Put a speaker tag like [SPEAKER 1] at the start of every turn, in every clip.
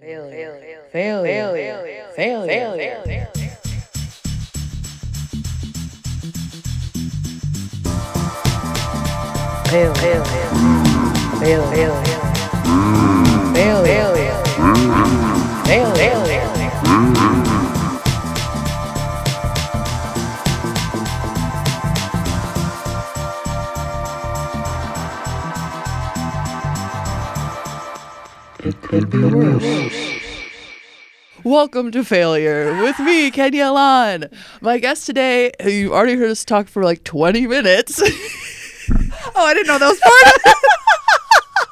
[SPEAKER 1] failure, failure, failure, failure. Fail, fail, fail, fail, fail, fail, fail, fail, fail. It could be worse.
[SPEAKER 2] Welcome to Failure with me, Kenya Lon. My guest today, who you already heard us talk for like 20 minutes. oh, I didn't know that was part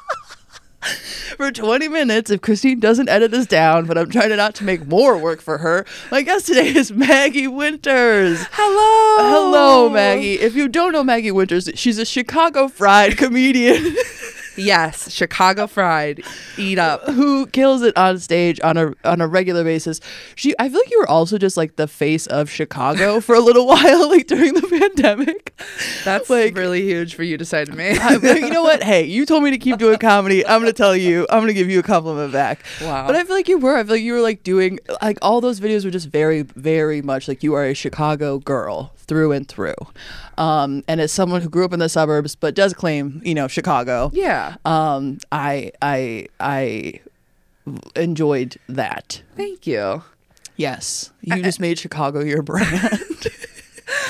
[SPEAKER 2] of it. for 20 minutes, if Christine doesn't edit this down, but I'm trying to not to make more work for her, my guest today is Maggie Winters.
[SPEAKER 3] Hello.
[SPEAKER 2] Hello, Maggie. If you don't know Maggie Winters, she's a Chicago fried comedian.
[SPEAKER 3] Yes, Chicago fried. Eat up.
[SPEAKER 2] who kills it on stage on a on a regular basis. She I feel like you were also just like the face of Chicago for a little while, like during the pandemic.
[SPEAKER 3] That's
[SPEAKER 2] Like-
[SPEAKER 3] really huge for you to say to me.
[SPEAKER 2] I- you know what? Hey, you told me to keep doing comedy. I'm gonna tell you. I'm gonna give you a compliment back.
[SPEAKER 3] Wow.
[SPEAKER 2] But I feel like you were. I feel like you were like doing like all those videos were just very, very much like you are a Chicago girl through and through. Um, and as someone who grew up in the suburbs but does claim, you know, Chicago.
[SPEAKER 3] yeah.
[SPEAKER 2] Um, I I I enjoyed that.
[SPEAKER 3] Thank you.
[SPEAKER 2] Yes, you just made Chicago your brand.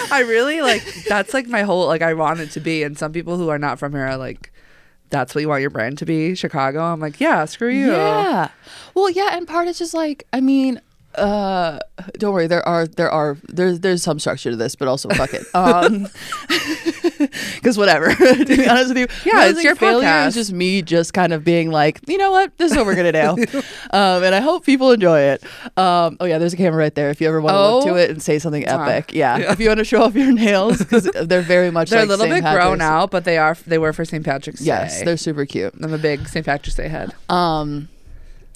[SPEAKER 3] I really like that's like my whole like I want it to be. And some people who are not from here are like, that's what you want your brand to be, Chicago. I'm like, yeah, screw you.
[SPEAKER 2] yeah. Well, yeah, and part is just like I mean, uh, don't worry. There are there are there's there's some structure to this, but also fuck it. Um, because whatever. to be honest with you,
[SPEAKER 3] Yeah,
[SPEAKER 2] Realizing
[SPEAKER 3] it's your
[SPEAKER 2] failure
[SPEAKER 3] podcast.
[SPEAKER 2] is just me just kind of being like, you know what, this is what we're gonna do, um, and I hope people enjoy it. Um, oh yeah, there's a camera right there. If you ever want to look
[SPEAKER 3] Oh,
[SPEAKER 2] to it and say something
[SPEAKER 3] it's on.
[SPEAKER 2] epic, yeah. If you want to show off your nails, because they're very much
[SPEAKER 3] They're
[SPEAKER 2] like
[SPEAKER 3] a little
[SPEAKER 2] St.
[SPEAKER 3] bit grown
[SPEAKER 2] Patrick's.
[SPEAKER 3] out, but they are they were for St. Patrick's
[SPEAKER 2] Yes,
[SPEAKER 3] Day.
[SPEAKER 2] they're super cute.
[SPEAKER 3] I'm a big St. Patrick's Day head.
[SPEAKER 2] Um,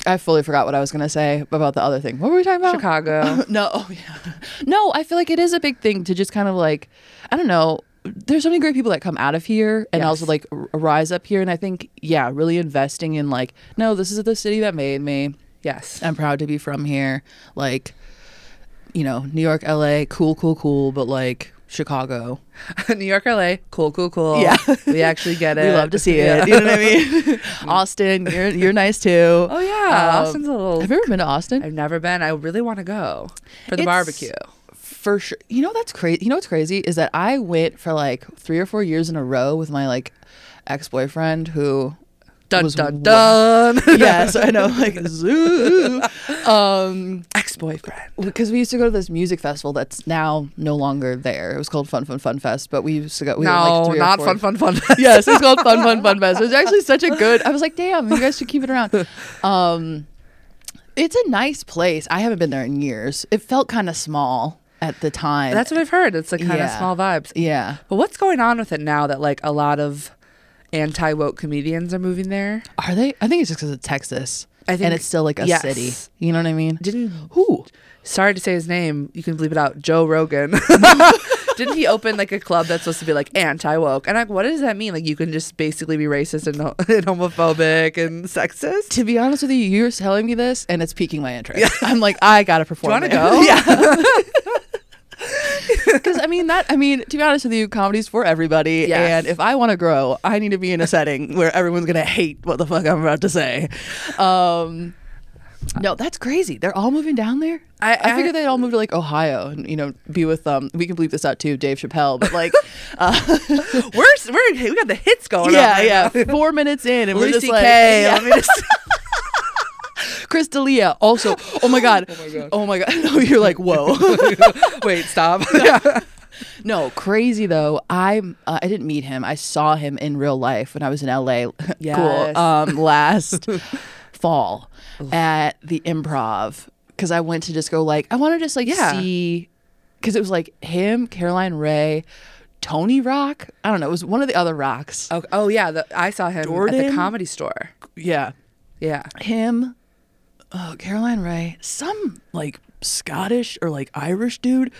[SPEAKER 2] I fully forgot what I was gonna say about the other thing. What were we talking about?
[SPEAKER 3] Chicago.
[SPEAKER 2] No, oh, yeah. no. I feel like it is a big thing to just kind of like, I don't know. There's so many great people that come out of here and
[SPEAKER 3] Yes.
[SPEAKER 2] also like r- rise up here, and I think yeah, really investing in like, no, this is the city that made me.
[SPEAKER 3] Yes.
[SPEAKER 2] I'm proud to be from here. Like, you know, New York, L.A., cool, cool, cool, but like Chicago,
[SPEAKER 3] New York, LA, cool, cool, cool.
[SPEAKER 2] Yeah.
[SPEAKER 3] we actually get it.
[SPEAKER 2] we love to see it. You know what I mean? Austin, you're you're nice too.
[SPEAKER 3] Oh yeah,
[SPEAKER 2] Um,
[SPEAKER 3] Austin's a little.
[SPEAKER 2] Have you ever been to Austin?
[SPEAKER 3] I've never been. I really want to go for the
[SPEAKER 2] It's-
[SPEAKER 3] barbecue.
[SPEAKER 2] for sure. You know that's crazy. You know what's crazy is that I went for like three or four years in a row with my like ex boyfriend who
[SPEAKER 3] Dun
[SPEAKER 2] was
[SPEAKER 3] dun
[SPEAKER 2] wa-
[SPEAKER 3] dun.
[SPEAKER 2] yes, I know like zoo. Um,
[SPEAKER 3] Ex boyfriend.
[SPEAKER 2] because we used to go to this music festival that's now no longer there. It was called Fun Fun Fun Fest, but we used to go. We went,
[SPEAKER 3] No,
[SPEAKER 2] like three or
[SPEAKER 3] not
[SPEAKER 2] four-
[SPEAKER 3] fun, fun, fun.
[SPEAKER 2] Yes, it's called Fun Fun Fun Fest. It's actually such a good. I was like, damn, you guys should keep it around. Um, it's a nice place. I haven't been there in years. It felt kind of small at the time.
[SPEAKER 3] That's what I've heard. It's like kind of
[SPEAKER 2] Yeah.
[SPEAKER 3] small vibes.
[SPEAKER 2] yeah.
[SPEAKER 3] But what's going on with it now that like a lot of anti woke comedians are moving there?
[SPEAKER 2] Are they? I think it's just because it's Texas.
[SPEAKER 3] I
[SPEAKER 2] and
[SPEAKER 3] think-
[SPEAKER 2] it's still like a
[SPEAKER 3] yes.
[SPEAKER 2] city. You know what I mean?
[SPEAKER 3] Didn't
[SPEAKER 2] Who?
[SPEAKER 3] sorry to say his name. You can bleep it out. Joe Rogan. Didn't he open like a club that's supposed to be like anti woke? And like, what does that mean? Like, you can just basically be racist and, ho- and homophobic and sexist.
[SPEAKER 2] To be honest with you, you're telling me this, and it's piquing my interest. I'm like, I gotta perform.
[SPEAKER 3] wanna
[SPEAKER 2] there.
[SPEAKER 3] go?
[SPEAKER 2] yeah. Because I mean that. I mean, to be honest with you, comedy's for everybody.
[SPEAKER 3] Yes.
[SPEAKER 2] And if I want to grow, I need to be in a setting where everyone's gonna hate what the fuck I'm about to say. Um, no, that's crazy. They're all moving down there.
[SPEAKER 3] I-
[SPEAKER 2] I
[SPEAKER 3] I-
[SPEAKER 2] figured they'd all move to like Ohio and you know be with um. We can bleep this out too, Dave Chappelle. But like, uh,
[SPEAKER 3] we're we're we got the hits going.
[SPEAKER 2] yeah,
[SPEAKER 3] on right
[SPEAKER 2] yeah.
[SPEAKER 3] Now.
[SPEAKER 2] Four minutes in, and we're
[SPEAKER 3] Oh, Lucy
[SPEAKER 2] just like,
[SPEAKER 3] K.
[SPEAKER 2] yeah.
[SPEAKER 3] Let me just.
[SPEAKER 2] Chris D'Elia also. Oh my god. oh my god. No, you're like whoa.
[SPEAKER 3] Wait, stop. Yeah.
[SPEAKER 2] no, crazy though. I uh, I didn't meet him. I saw him in real life when I was in LA.
[SPEAKER 3] Yes.
[SPEAKER 2] cool. Um, last fall at the Improv because I went to just go like I want to just like
[SPEAKER 3] Yeah.
[SPEAKER 2] see because it was like him, Caroline Ray, Tony Rock. I don't know. It was one of the other rocks.
[SPEAKER 3] Oh, oh yeah, the, I saw him at the
[SPEAKER 2] Jordan?
[SPEAKER 3] comedy store.
[SPEAKER 2] Yeah.
[SPEAKER 3] Yeah.
[SPEAKER 2] him, oh, Caroline Ray, some like Scottish or like Irish dude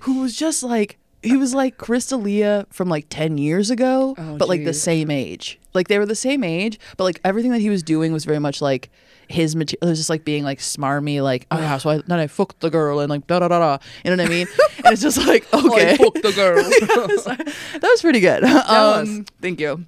[SPEAKER 2] who was just like he was like Crystalia from like 10 years ago,
[SPEAKER 3] Oh,
[SPEAKER 2] but like the
[SPEAKER 3] geez.
[SPEAKER 2] same age. Like they were the same age, but like everything that he was doing was very much like his material. It was just like being like smarmy, like oh yeah, so I then I fucked the girl and like da da da da. You know what I mean? and it's just like okay,
[SPEAKER 3] fucked the girl.
[SPEAKER 2] Yeah, it was like- that was pretty good.
[SPEAKER 3] was.
[SPEAKER 2] Um, Thank you.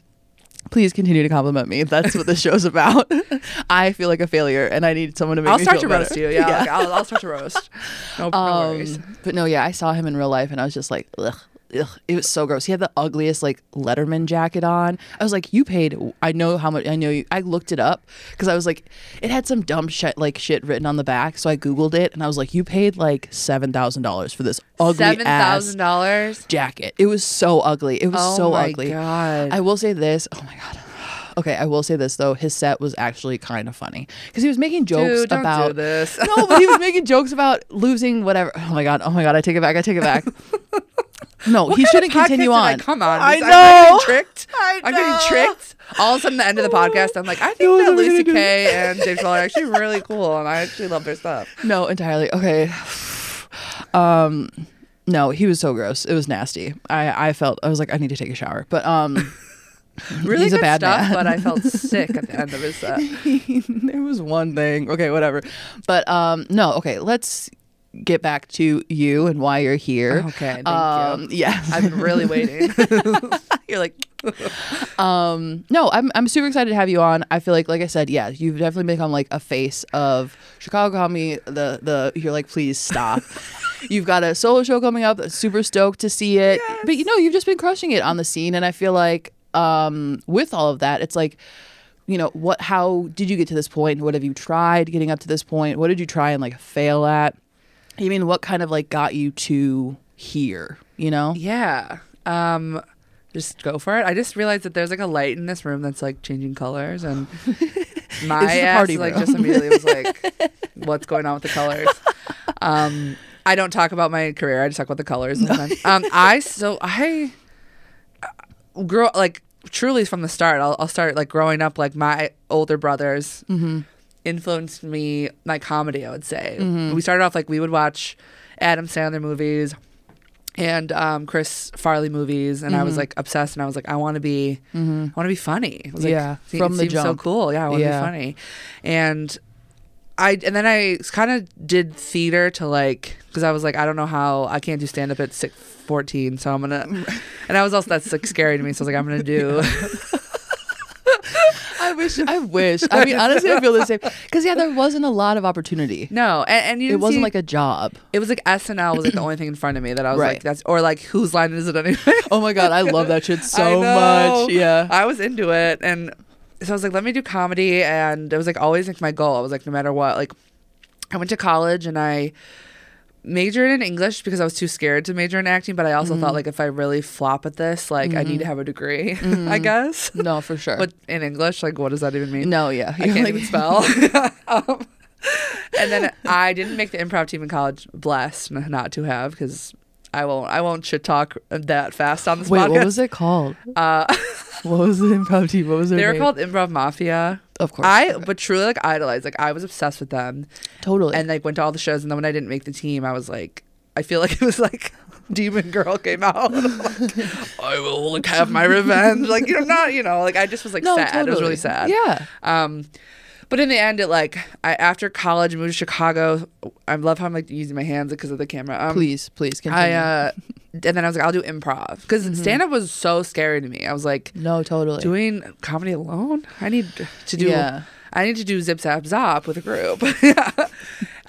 [SPEAKER 2] Please continue to compliment me. That's what this show's about. I feel like a failure, and I need someone to make
[SPEAKER 3] I'll
[SPEAKER 2] me
[SPEAKER 3] start to
[SPEAKER 2] feel
[SPEAKER 3] roast
[SPEAKER 2] better.
[SPEAKER 3] you. Yeah, like, I'll, I'll start to roast. No, no worries.
[SPEAKER 2] Um, but no, yeah, I saw him in real life and I was just like, ugh, ugh. It was so gross. He had the ugliest like Letterman jacket on. I was like, you paid. I know how much. I know you. I looked it up because I was like, it had some dumb shit like shit written on the back. So I googled it and I was like, you paid like seven thousand dollars for this ugly
[SPEAKER 3] Seven
[SPEAKER 2] ass
[SPEAKER 3] thousand dollars.
[SPEAKER 2] jacket. It was so ugly. It was
[SPEAKER 3] Oh
[SPEAKER 2] so
[SPEAKER 3] my
[SPEAKER 2] ugly.
[SPEAKER 3] God.
[SPEAKER 2] I will say this. Oh my god. Okay, I will say this though. His set was actually kind of funny because he was making jokes
[SPEAKER 3] Dude, don't
[SPEAKER 2] about
[SPEAKER 3] do this.
[SPEAKER 2] no, but he was making jokes about losing whatever. Oh my god. Oh my god. I take it back. I take it back. No, he shouldn't continue on.
[SPEAKER 3] come on,
[SPEAKER 2] I
[SPEAKER 3] I'm getting
[SPEAKER 2] know.
[SPEAKER 3] tricked.
[SPEAKER 2] I
[SPEAKER 3] I'm getting
[SPEAKER 2] know.
[SPEAKER 3] tricked. All of a sudden, the end of the podcast, I'm like, I
[SPEAKER 2] No
[SPEAKER 3] think
[SPEAKER 2] one's
[SPEAKER 3] that
[SPEAKER 2] ever gonna
[SPEAKER 3] Lucy
[SPEAKER 2] do
[SPEAKER 3] Kay and James Waller are actually really cool, and I actually love their stuff.
[SPEAKER 2] No, entirely. Okay. Um no, he was so gross. It was nasty. I I felt I was like I need to take a shower. But um
[SPEAKER 3] Really
[SPEAKER 2] He's a
[SPEAKER 3] good
[SPEAKER 2] bad
[SPEAKER 3] stuff,
[SPEAKER 2] man.
[SPEAKER 3] but I felt sick at the end of his set.
[SPEAKER 2] there was one thing. Okay, whatever. But um no, okay, let's get back to you and why you're here.
[SPEAKER 3] Okay, thank you.
[SPEAKER 2] um, Yeah.
[SPEAKER 3] I've been really waiting. You're like,
[SPEAKER 2] um no I'm, I'm super excited to have you on i feel like like i said yeah you've definitely become like a face of chicago comedy the the you're like please stop you've got a solo show coming up super stoked to see it but you know you've just been crushing it on the scene and i feel like um with all of that it's like you know what how did you get to this point what have you tried getting up to this point what did you try and like fail at you mean what kind of like got you to here you know
[SPEAKER 3] yeah. Um, just go for it. I just realized that there's like a light in this room that's like changing colors, and my
[SPEAKER 2] This is a
[SPEAKER 3] ass
[SPEAKER 2] party
[SPEAKER 3] like
[SPEAKER 2] room.
[SPEAKER 3] just immediately was like, "What's going on with the colors?" Um, I don't talk about my career. I just talk about the colors. all the time. Um, I so I uh, grow like truly from the start. I'll, I'll start like growing up. Like my older brothers
[SPEAKER 2] Mm-hmm.
[SPEAKER 3] influenced me my comedy. I would say
[SPEAKER 2] Mm-hmm.
[SPEAKER 3] we started off like we would watch Adam Sandler movies and um, Chris Farley movies, and I
[SPEAKER 2] Mm-hmm.
[SPEAKER 3] was like obsessed, and I was like, I want to be, I want to be funny. I was, like,
[SPEAKER 2] Yeah,
[SPEAKER 3] se-
[SPEAKER 2] from
[SPEAKER 3] it
[SPEAKER 2] the
[SPEAKER 3] seems so
[SPEAKER 2] jump.
[SPEAKER 3] cool. Yeah, I want to
[SPEAKER 2] Yeah.
[SPEAKER 3] be funny, and I and then I kind of did theater to like because I was like, I don't know how I can't do stand up at six fourteen, so I'm gonna, and I was also that's like scary to me, so I was like, I'm gonna do.
[SPEAKER 2] I wish. I wish. I mean, honestly, I feel the same. Because yeah, there wasn't a lot of opportunity.
[SPEAKER 3] No, and, and you
[SPEAKER 2] It
[SPEAKER 3] didn't
[SPEAKER 2] wasn't
[SPEAKER 3] see-
[SPEAKER 2] like a job.
[SPEAKER 3] it was like SNL was like the only thing in front of me that I was
[SPEAKER 2] Right.
[SPEAKER 3] like that's or like whose line is it anyway?
[SPEAKER 2] Oh my god, I love that shit
[SPEAKER 3] I
[SPEAKER 2] so
[SPEAKER 3] know.
[SPEAKER 2] much. Yeah.
[SPEAKER 3] I was into it. And so I was like, let me do comedy. And it was like always like my goal. I was like, no matter what, like I went to college and I majored in English because I was too scared to major in acting. But I also
[SPEAKER 2] Mm-hmm.
[SPEAKER 3] thought like if I really flop at this, like I need to have a degree, I guess.
[SPEAKER 2] No, for sure.
[SPEAKER 3] But in English, like what does that even mean?
[SPEAKER 2] Mm-hmm. no, yeah.
[SPEAKER 3] I
[SPEAKER 2] You're
[SPEAKER 3] can't
[SPEAKER 2] like-
[SPEAKER 3] even spell. um, and then I didn't make the improv team in college. Blessed n- not to have because I won't. I won't shit talk that fast on this
[SPEAKER 2] Wait,
[SPEAKER 3] podcast.
[SPEAKER 2] what was it called?
[SPEAKER 3] Uh,
[SPEAKER 2] What was the improv team? What was their
[SPEAKER 3] they were
[SPEAKER 2] name?
[SPEAKER 3] called Improv Mafia.
[SPEAKER 2] Of course.
[SPEAKER 3] I
[SPEAKER 2] Okay.
[SPEAKER 3] but truly like idolized. Like I was obsessed with them,
[SPEAKER 2] totally.
[SPEAKER 3] and like went to all the shows. And then when I didn't make the team, I was like, I feel like it was like Demon Girl came out. Like, I will like have my revenge. Like you know, not you know, like I just was like sad. It was really sad.
[SPEAKER 2] Yeah.
[SPEAKER 3] Um, but in the end, it like I after college I moved to Chicago. I love how I'm like using my hands because of the camera. Um,
[SPEAKER 2] Please, please continue.
[SPEAKER 3] I uh, and then I was like, I'll do improv because
[SPEAKER 2] Mm-hmm.
[SPEAKER 3] stand up was so scary to me. I was like,
[SPEAKER 2] no, totally.
[SPEAKER 3] doing comedy alone. I need to do.
[SPEAKER 2] Yeah.
[SPEAKER 3] I need to do zip zap zop with a group.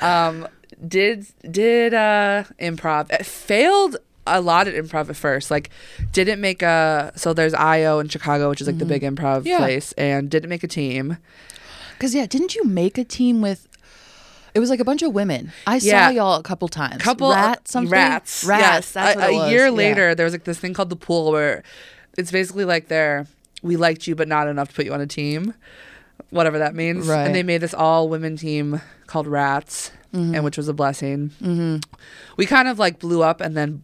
[SPEAKER 3] um, did did uh, improv It failed a lot at improv at first. Like didn't make a so there's IO in Chicago, which is like the big improv
[SPEAKER 2] Mm-hmm. Yeah.
[SPEAKER 3] place, and didn't make a team.
[SPEAKER 2] Because yeah, didn't you make a team with? It was like a bunch of women. I
[SPEAKER 3] Yeah.
[SPEAKER 2] saw y'all a couple times.
[SPEAKER 3] couple uh,
[SPEAKER 2] rats, something.
[SPEAKER 3] rats
[SPEAKER 2] Rats.
[SPEAKER 3] yes
[SPEAKER 2] That's
[SPEAKER 3] a,
[SPEAKER 2] what it
[SPEAKER 3] a
[SPEAKER 2] was.
[SPEAKER 3] year
[SPEAKER 2] Yeah.
[SPEAKER 3] later there was like this thing called the pool where it's basically like they're we liked you but not enough to put you on a team whatever that means
[SPEAKER 2] Right. Mm-hmm.
[SPEAKER 3] and they made this all women team called rats and which was a blessing we kind of like blew up and then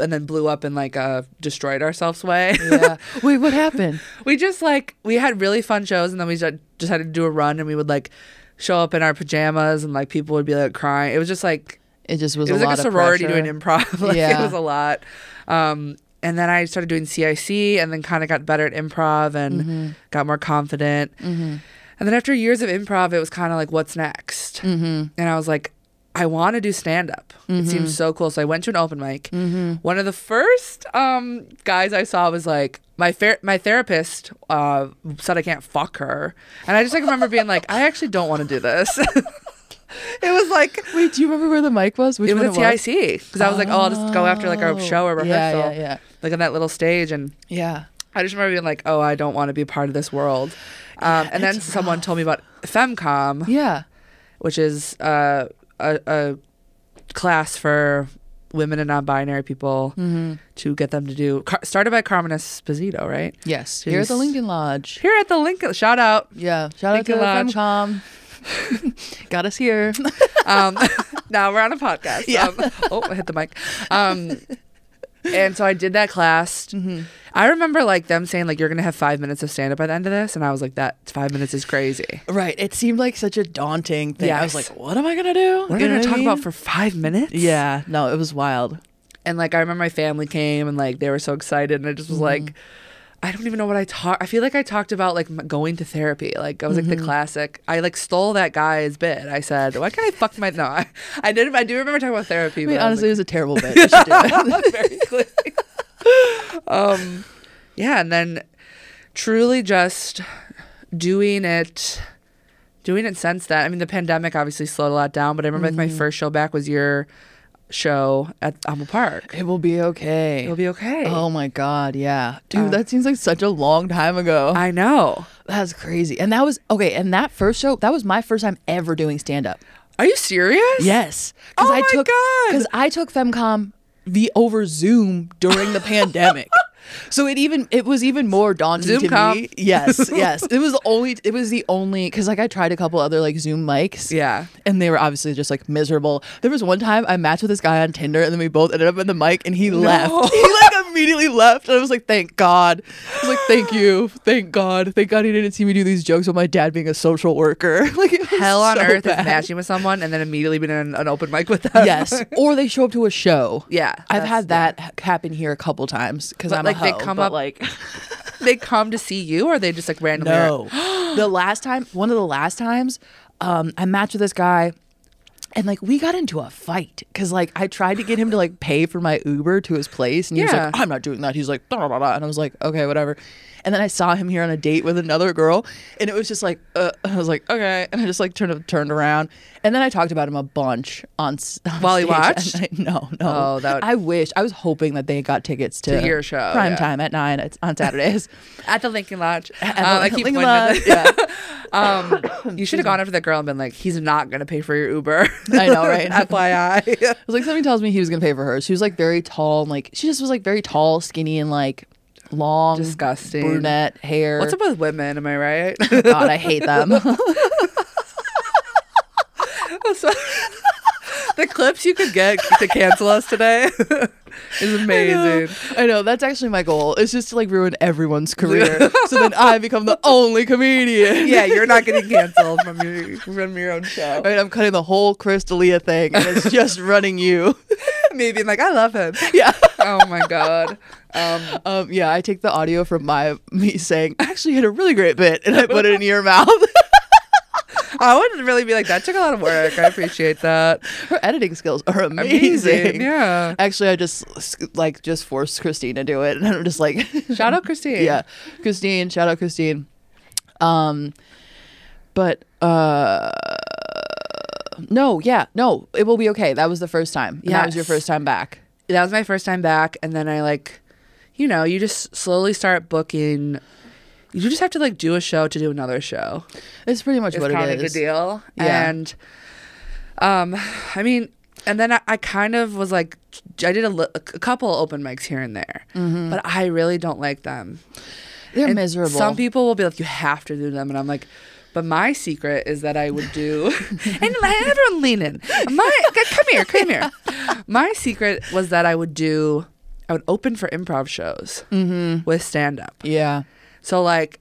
[SPEAKER 3] and then blew up in like a destroyed ourselves way
[SPEAKER 2] yeah. Wait, what happened?
[SPEAKER 3] we just like we had really fun shows and then we ju- decided to do a run and we would like show up in our pajamas and like people would be like crying it was just like
[SPEAKER 2] It just was.
[SPEAKER 3] it was
[SPEAKER 2] a
[SPEAKER 3] like
[SPEAKER 2] lot
[SPEAKER 3] a
[SPEAKER 2] of
[SPEAKER 3] sorority
[SPEAKER 2] pressure.
[SPEAKER 3] doing improv. like,
[SPEAKER 2] Yeah.
[SPEAKER 3] it was a lot. Um, and then I
[SPEAKER 2] Mm-hmm.
[SPEAKER 3] started doing CIC, and then kind of got better at improv and got more confident. And And then after years of improv, it was kind of like, what's next? Mm-hmm. And I was like, I want to do stand up. It
[SPEAKER 2] Mm-hmm.
[SPEAKER 3] seems so cool. So I went to an open mic. One of the first um, guys I saw was like, my fer- my therapist uh, said I can't fuck her, and I just like remember being like, I actually don't want to do this. it was like
[SPEAKER 2] Wait, do you remember where the mic was? Which
[SPEAKER 3] it was
[SPEAKER 2] one
[SPEAKER 3] at TIC because I was like, oh, I'll just go after like our show or
[SPEAKER 2] Oh,
[SPEAKER 3] rehearsal,
[SPEAKER 2] yeah, yeah, yeah.
[SPEAKER 3] like on that little stage, and
[SPEAKER 2] Yeah.
[SPEAKER 3] I just remember being like, oh, I don't want to be a part of this world. Um, and then someone told me about Femcom,
[SPEAKER 2] Yeah.
[SPEAKER 3] which is uh, a, a class for women and non-binary people
[SPEAKER 2] Mm-hmm.
[SPEAKER 3] to get them to do car- started by Carmen Esposito, right?
[SPEAKER 2] Yes.
[SPEAKER 3] She
[SPEAKER 2] Here at the
[SPEAKER 3] was-
[SPEAKER 2] Lincoln Lodge.
[SPEAKER 3] Here at the Lincoln, shout out.
[SPEAKER 2] Yeah. Shout
[SPEAKER 3] Lincoln
[SPEAKER 2] out
[SPEAKER 3] Lodge.
[SPEAKER 2] to Femcom. Got us here.
[SPEAKER 3] um, now we're on a podcast.
[SPEAKER 2] Yeah.
[SPEAKER 3] Um, oh, I hit the mic. Um, and so I did that class.
[SPEAKER 2] Mm-hmm.
[SPEAKER 3] I remember like them saying like you're gonna have five minutes of stand up by the end of this, and I was like that five minutes is crazy.
[SPEAKER 2] right. It seemed like such a daunting thing. I was
[SPEAKER 3] Yes.
[SPEAKER 2] like, what am I gonna do?
[SPEAKER 3] What are we
[SPEAKER 2] You know
[SPEAKER 3] gonna talk
[SPEAKER 2] I
[SPEAKER 3] about
[SPEAKER 2] mean?
[SPEAKER 3] for five minutes?
[SPEAKER 2] Yeah. No, it was wild.
[SPEAKER 3] And like I remember my family came and like they were so excited, and I just was
[SPEAKER 2] Mm-hmm.
[SPEAKER 3] like. I don't even know what I talk. I feel like I talked about like m- going to therapy. Like I was
[SPEAKER 2] Mm-hmm.
[SPEAKER 3] like the classic. I like stole that guy's bit. I said, "Why can't I fuck my?" No, I, I did. I do remember talking about therapy.
[SPEAKER 2] I mean,
[SPEAKER 3] but I was,
[SPEAKER 2] honestly,
[SPEAKER 3] like,
[SPEAKER 2] it was a terrible bit. You should do it.
[SPEAKER 3] very clearly. um, yeah, and then truly just doing it, doing it since that. I mean, the pandemic obviously slowed a lot down, but I remember like
[SPEAKER 2] Mm-hmm.
[SPEAKER 3] my first show back was your show at Apple Park.
[SPEAKER 2] It will be okay.
[SPEAKER 3] It'll be okay.
[SPEAKER 2] Oh my god, yeah. Uh, Dude, that seems like such a long time ago.
[SPEAKER 3] I know.
[SPEAKER 2] That's crazy. And that was okay, and that first show, that was my first time ever doing stand up.
[SPEAKER 3] Are you serious?
[SPEAKER 2] Yes.
[SPEAKER 3] Oh my God.
[SPEAKER 2] Because I took Femcom the over Zoom during the pandemic. So it even it was even more daunting
[SPEAKER 3] Zoom
[SPEAKER 2] to
[SPEAKER 3] comp.
[SPEAKER 2] me. Yes, yes. It was the only it was the only because like I tried a couple other like Zoom mics.
[SPEAKER 3] Yeah.
[SPEAKER 2] And they were obviously just like miserable. There was one time I matched with this guy on Tinder and then we both ended up at the mic and he left. He like immediately left. And I was like, thank God. I was like, thank you. Thank God. Thank God he didn't see me do these jokes with my dad being a social worker. Like it was
[SPEAKER 3] Hell on
[SPEAKER 2] so
[SPEAKER 3] earth
[SPEAKER 2] bad
[SPEAKER 3] is matching with someone and then immediately being in an open mic with them.
[SPEAKER 2] yes, or they show up to a show.
[SPEAKER 3] Yeah,
[SPEAKER 2] I've
[SPEAKER 3] that's-
[SPEAKER 2] had that ha- happen here a couple times because
[SPEAKER 3] But,
[SPEAKER 2] I'm
[SPEAKER 3] like,
[SPEAKER 2] a
[SPEAKER 3] they
[SPEAKER 2] hoe,
[SPEAKER 3] come
[SPEAKER 2] but,
[SPEAKER 3] up-
[SPEAKER 2] like
[SPEAKER 3] they come to see you or they just like randomly are-
[SPEAKER 2] no. the last time, one of the last times, um, I matched with this guy. And like we got into a fight because like I tried to get him to like pay for my Uber to his place, and he was
[SPEAKER 3] Yeah.
[SPEAKER 2] like, "I'm not doing that." He's like, "Da da da," da," and I was like, "Okay, whatever." And then I saw him here on a date with another girl, and it was just like, uh, I was like, "Okay," and I just like turned turned around, and then I talked about him a bunch on, s- on
[SPEAKER 3] While you
[SPEAKER 2] stage that
[SPEAKER 3] watched?
[SPEAKER 2] night. no, no,
[SPEAKER 3] Oh, that would-
[SPEAKER 2] I wish. I was hoping that they got tickets to,
[SPEAKER 3] To your show,
[SPEAKER 2] prime
[SPEAKER 3] yeah.
[SPEAKER 2] time at nine at, on Saturdays.
[SPEAKER 3] at the Lincoln Lodge.
[SPEAKER 2] the
[SPEAKER 3] Um, I keep
[SPEAKER 2] Lincoln
[SPEAKER 3] pointing at
[SPEAKER 2] Lodge,
[SPEAKER 3] the- Um, you should have gone after that girl and been like, he's not going to pay for your Uber.
[SPEAKER 2] I know, right?
[SPEAKER 3] FYI.
[SPEAKER 2] I was like, somebody tells me he was gonna pay for her. She was like very tall and like she just was like very tall, skinny, and like long,
[SPEAKER 3] Disgusting.
[SPEAKER 2] brunette hair.
[SPEAKER 3] What's up with women? Am I right?
[SPEAKER 2] God, I hate them.
[SPEAKER 3] So- the clips you could get to cancel us today is amazing.
[SPEAKER 2] I know that's actually my goal. It's just to like ruin everyone's career, so then I become the only comedian.
[SPEAKER 3] Yeah, you're not getting canceled from your from your own show.
[SPEAKER 2] Right, I'm cutting the whole Crystalia thing, and it's just running you.
[SPEAKER 3] Maybe like I love him.
[SPEAKER 2] Yeah.
[SPEAKER 3] Oh my god. Um,
[SPEAKER 2] Um, yeah, I take the audio from my me saying, I actually had a really great bit, and I put it in your mouth.
[SPEAKER 3] I would really be like that took a lot of work. I appreciate that.
[SPEAKER 2] Her editing skills are amazing.
[SPEAKER 3] Yeah.
[SPEAKER 2] Actually, I just like just forced Christine to do it, and I'm just like,
[SPEAKER 3] Shout out Christine.
[SPEAKER 2] yeah, Christine, shout out Christine. Um, but uh, no, yeah, no, it will be okay. That was the first time. Yeah, that was your
[SPEAKER 3] Yes.
[SPEAKER 2] first time back.
[SPEAKER 3] that was my first time back and then i like you know you just slowly start booking you just have to like do a show to do another show
[SPEAKER 2] It's pretty much
[SPEAKER 3] it's
[SPEAKER 2] what
[SPEAKER 3] kind
[SPEAKER 2] it
[SPEAKER 3] of a
[SPEAKER 2] is.
[SPEAKER 3] deal
[SPEAKER 2] Yeah.
[SPEAKER 3] and um i mean and then I, I kind of was like i did a, li- a couple open mics here and there but i really don't like them
[SPEAKER 2] They're
[SPEAKER 3] And
[SPEAKER 2] miserable.
[SPEAKER 3] Some people will be like, you have to do them, and I'm like, but my secret is that I would do, and let everyone lean in. My c- come here, come here. My secret was that I would do, I would open for improv shows
[SPEAKER 2] Mm-hmm.
[SPEAKER 3] with stand up.
[SPEAKER 2] yeah,
[SPEAKER 3] So like,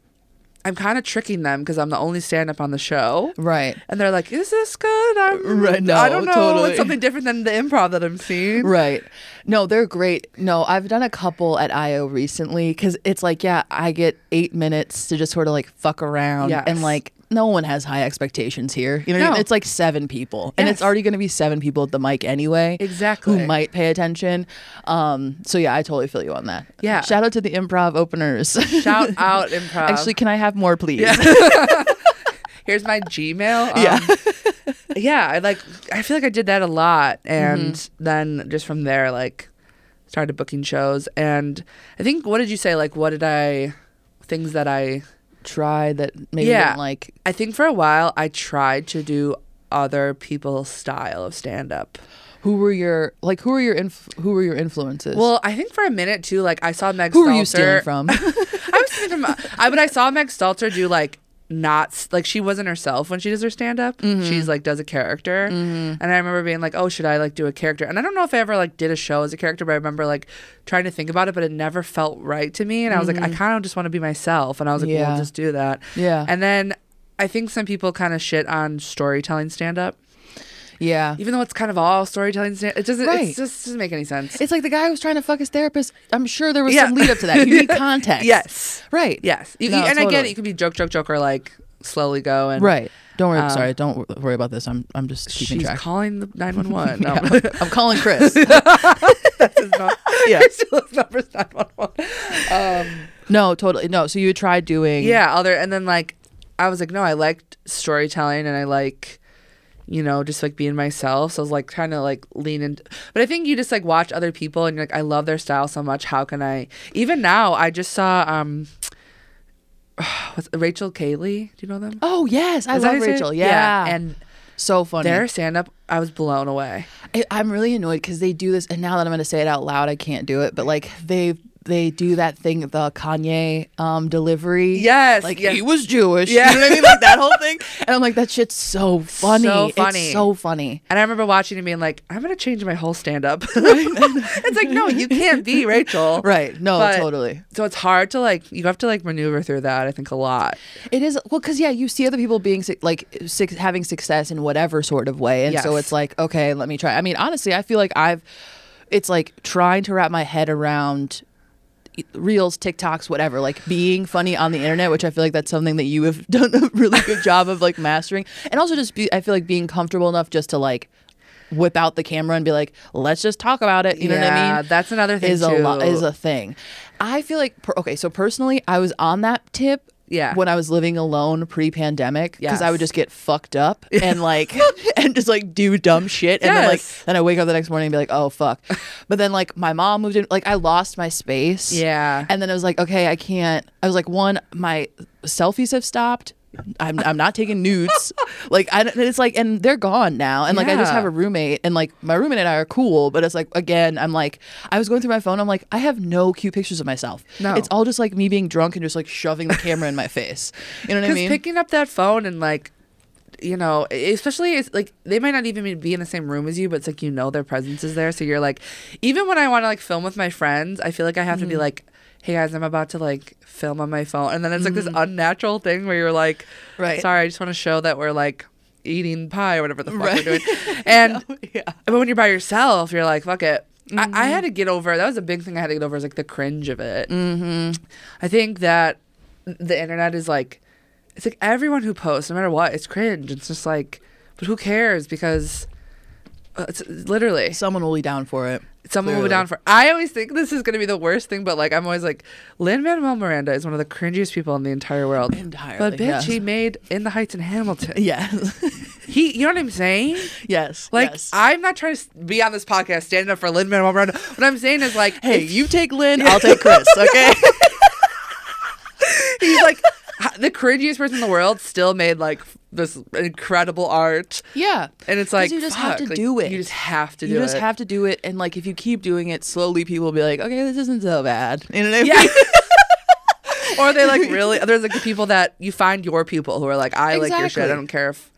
[SPEAKER 3] I'm kind of tricking them because I'm the only stand up on the show.
[SPEAKER 2] right,
[SPEAKER 3] And they're like, "Is this good? I'm,
[SPEAKER 2] Right,
[SPEAKER 3] I
[SPEAKER 2] no,
[SPEAKER 3] don't know.
[SPEAKER 2] totally.
[SPEAKER 3] It's something different than the improv that I'm seeing."
[SPEAKER 2] right. No, they're great. No, I've done a couple at IO recently because it's like, yeah, I get eight minutes to just sort of like fuck around
[SPEAKER 3] Yes.
[SPEAKER 2] and like no one has high expectations here. You know, what I mean?
[SPEAKER 3] No.
[SPEAKER 2] it's like seven people, and it's
[SPEAKER 3] Yes.
[SPEAKER 2] already going to be seven people at the mic anyway.
[SPEAKER 3] Exactly.
[SPEAKER 2] Who might pay attention? Um, so yeah, I totally feel you on that.
[SPEAKER 3] Yeah.
[SPEAKER 2] Shout out to the improv openers.
[SPEAKER 3] Shout out improv.
[SPEAKER 2] Actually, can I have more, please?
[SPEAKER 3] here's my Gmail.
[SPEAKER 2] Yeah.
[SPEAKER 3] Um, yeah. I like. I feel like I did that a lot, and
[SPEAKER 2] Mm-hmm.
[SPEAKER 3] then just from there, like, started booking shows. And I think, what did you say? Like, what did I? Things that I.
[SPEAKER 2] Try that. Maybe
[SPEAKER 3] Yeah.
[SPEAKER 2] didn't like.
[SPEAKER 3] I think for a while I tried to do other people's style of stand up.
[SPEAKER 2] Who were your like? Who were your inf- Who were your influences?
[SPEAKER 3] Well, I think for a minute too, like I saw Meg.
[SPEAKER 2] who were you
[SPEAKER 3] Stalter-
[SPEAKER 2] stealing from?
[SPEAKER 3] I was stealing from. I but I saw Meg Stalter do like not s- like she wasn't herself when she does her stand up.
[SPEAKER 2] Mm-hmm.
[SPEAKER 3] She's like does a character, and I remember being like, oh, should I like do a character? And I don't know if I ever like did a show as a character, but I remember like trying to think about it, but it never felt right to me, and I was like, I kind of just want to be myself, and I was like, well,
[SPEAKER 2] Mm-hmm. Yeah.
[SPEAKER 3] we'll just do that.
[SPEAKER 2] Yeah.
[SPEAKER 3] and then I think some people kind of shit on storytelling stand up.
[SPEAKER 2] yeah.
[SPEAKER 3] even though it's kind of all storytelling. stand- It doesn't.
[SPEAKER 2] Right.
[SPEAKER 3] It just doesn't make any sense.
[SPEAKER 2] It's like the guy who was trying to fuck his therapist. I'm sure there was
[SPEAKER 3] Yeah.
[SPEAKER 2] some lead up to that. You need context.
[SPEAKER 3] yes,
[SPEAKER 2] Right.
[SPEAKER 3] yes. You,
[SPEAKER 2] No,
[SPEAKER 3] you- and again,
[SPEAKER 2] totally.
[SPEAKER 3] it could be joke, joke, joke, or like slowly go and
[SPEAKER 2] Right. Don't worry.
[SPEAKER 3] Um,
[SPEAKER 2] sorry. Don't wor- worry about this. I'm. I'm just keeping
[SPEAKER 3] She's
[SPEAKER 2] track.
[SPEAKER 3] calling the nine one one. No,
[SPEAKER 2] Yeah, I'm- I'm calling Chris.
[SPEAKER 3] that's his number.
[SPEAKER 2] Yeah. Mm.
[SPEAKER 3] his number's nine one one. Um,
[SPEAKER 2] no, totally. No. So you tried doing.
[SPEAKER 3] yeah. Other and then like, I was like, no, I liked storytelling, and I like. You know, just like being myself. So I was like trying to like lean in, but I think you just like watch other people and you're like, I love their style so much. How can I? Even now, I just saw um, what's, Rachel Cayley. Do you know them?
[SPEAKER 2] Oh yes, I
[SPEAKER 3] Is that
[SPEAKER 2] love
[SPEAKER 3] how you say it?
[SPEAKER 2] Rachel. Yeah.
[SPEAKER 3] and
[SPEAKER 2] so funny.
[SPEAKER 3] their stand up, I was blown away.
[SPEAKER 2] I, I'm really annoyed because they do this, and now that I'm going to say it out loud, I can't do it. But like they they do that thing, the Kanye um, delivery.
[SPEAKER 3] Yes,
[SPEAKER 2] like
[SPEAKER 3] yes.
[SPEAKER 2] he was Jewish.
[SPEAKER 3] Yeah.
[SPEAKER 2] you know what I mean, like that whole thing. And I'm like, that shit's so funny.
[SPEAKER 3] So
[SPEAKER 2] It's
[SPEAKER 3] funny.
[SPEAKER 2] so funny.
[SPEAKER 3] And I remember watching and being like, I'm gonna change my whole stand up. it's like, no, you can't be Rachel.
[SPEAKER 2] Right? No,
[SPEAKER 3] But-
[SPEAKER 2] totally.
[SPEAKER 3] So it's hard to like you have to like maneuver through that, I think, a lot.
[SPEAKER 2] It is well, because yeah, you see other people being suc- like suc having success in whatever sort of way, and so
[SPEAKER 3] Yes.
[SPEAKER 2] it's like, okay, let me try. I mean, honestly, I feel like I've, it's like trying to wrap my head around e, reels, TikToks, whatever, like being funny on the internet, which I feel like that's something that you have done a really good job of like mastering, and also just be, I feel like being comfortable enough just to like whip out the camera and be like, let's just talk about it. You know what I
[SPEAKER 3] Yeah,
[SPEAKER 2] mean?
[SPEAKER 3] that's another thing,
[SPEAKER 2] is a lo-
[SPEAKER 3] too.
[SPEAKER 2] is a thing. I feel like per- okay, so personally, I was on that tip
[SPEAKER 3] Yeah.
[SPEAKER 2] when I was living alone pre-pandemic because I
[SPEAKER 3] Yes.
[SPEAKER 2] would just get fucked up and like and just like do dumb shit and then like
[SPEAKER 3] Yes.
[SPEAKER 2] then I wake up the next morning and be like, oh fuck. But then like my mom moved in, like I lost my space.
[SPEAKER 3] Yeah.
[SPEAKER 2] And then I was like, okay, I can't. I was like, one, my selfies have stopped. I'm, I'm not taking nudes. like, I, don't- it's like, and they're gone now. And like, I just
[SPEAKER 3] Yeah.
[SPEAKER 2] have a roommate, and like, my roommate and I are cool. But it's like, again, I'm like, I was going through my phone. I'm like, I have no cute pictures of myself.
[SPEAKER 3] No.
[SPEAKER 2] It's all just like me being drunk and just like shoving the camera in my face. You know what I
[SPEAKER 3] Because
[SPEAKER 2] mean?
[SPEAKER 3] picking up that phone and like you know, e, especially it's like they might not even be in the same room as you, but it's like you know their presence is there. So you're like, even when I want to like film with my friends, I feel like I have to be
[SPEAKER 2] Mm-hmm.
[SPEAKER 3] like, hey guys, I'm about to like film on my phone. And then it's like this unnatural thing where you're like,
[SPEAKER 2] Mm-hmm. Right.
[SPEAKER 3] sorry, I just want to show that we're like eating pie or whatever the fuck we're doing. And
[SPEAKER 2] yeah.
[SPEAKER 3] but when you're by yourself, you're like, fuck it.
[SPEAKER 2] Mm-hmm.
[SPEAKER 3] I, I had to get over. That was a big thing I had to get over is like the cringe of it. Mm-hmm. I think that the internet is like, it's like everyone who posts, no matter what, it's cringe. It's just like, but who cares? Because uh, it's literally
[SPEAKER 2] Someone will be down for it.
[SPEAKER 3] someone will be
[SPEAKER 2] Clearly.
[SPEAKER 3] down for. I always think this is going to be the worst thing, but like I'm always like, Lin Manuel Miranda is one of the cringiest people in the entire world.
[SPEAKER 2] Entirely,
[SPEAKER 3] but bitch,
[SPEAKER 2] yes.
[SPEAKER 3] he made In the Heights and Hamilton.
[SPEAKER 2] Yes.
[SPEAKER 3] He, you know what I'm saying?
[SPEAKER 2] yes.
[SPEAKER 3] Like
[SPEAKER 2] yes.
[SPEAKER 3] I'm not trying to s- be on this podcast standing up for Lin Manuel Miranda. What I'm saying is like,
[SPEAKER 2] hey, you take Lynn, I'll take Chris. Okay.
[SPEAKER 3] he's like h- the cringiest person in the world. Still made like f- this incredible art,
[SPEAKER 2] yeah.
[SPEAKER 3] and it's
[SPEAKER 2] 'Cause
[SPEAKER 3] like
[SPEAKER 2] you just have
[SPEAKER 3] fuck,
[SPEAKER 2] to
[SPEAKER 3] like,
[SPEAKER 2] do it.
[SPEAKER 3] You just have to do
[SPEAKER 2] you just
[SPEAKER 3] it.
[SPEAKER 2] have to do it and like if you keep doing it slowly people will be like okay this isn't so bad you know what I mean?
[SPEAKER 3] yeah. or they like really. There's like the people that you find your people who are like, I like your shit. I
[SPEAKER 2] Exactly.
[SPEAKER 3] don't care if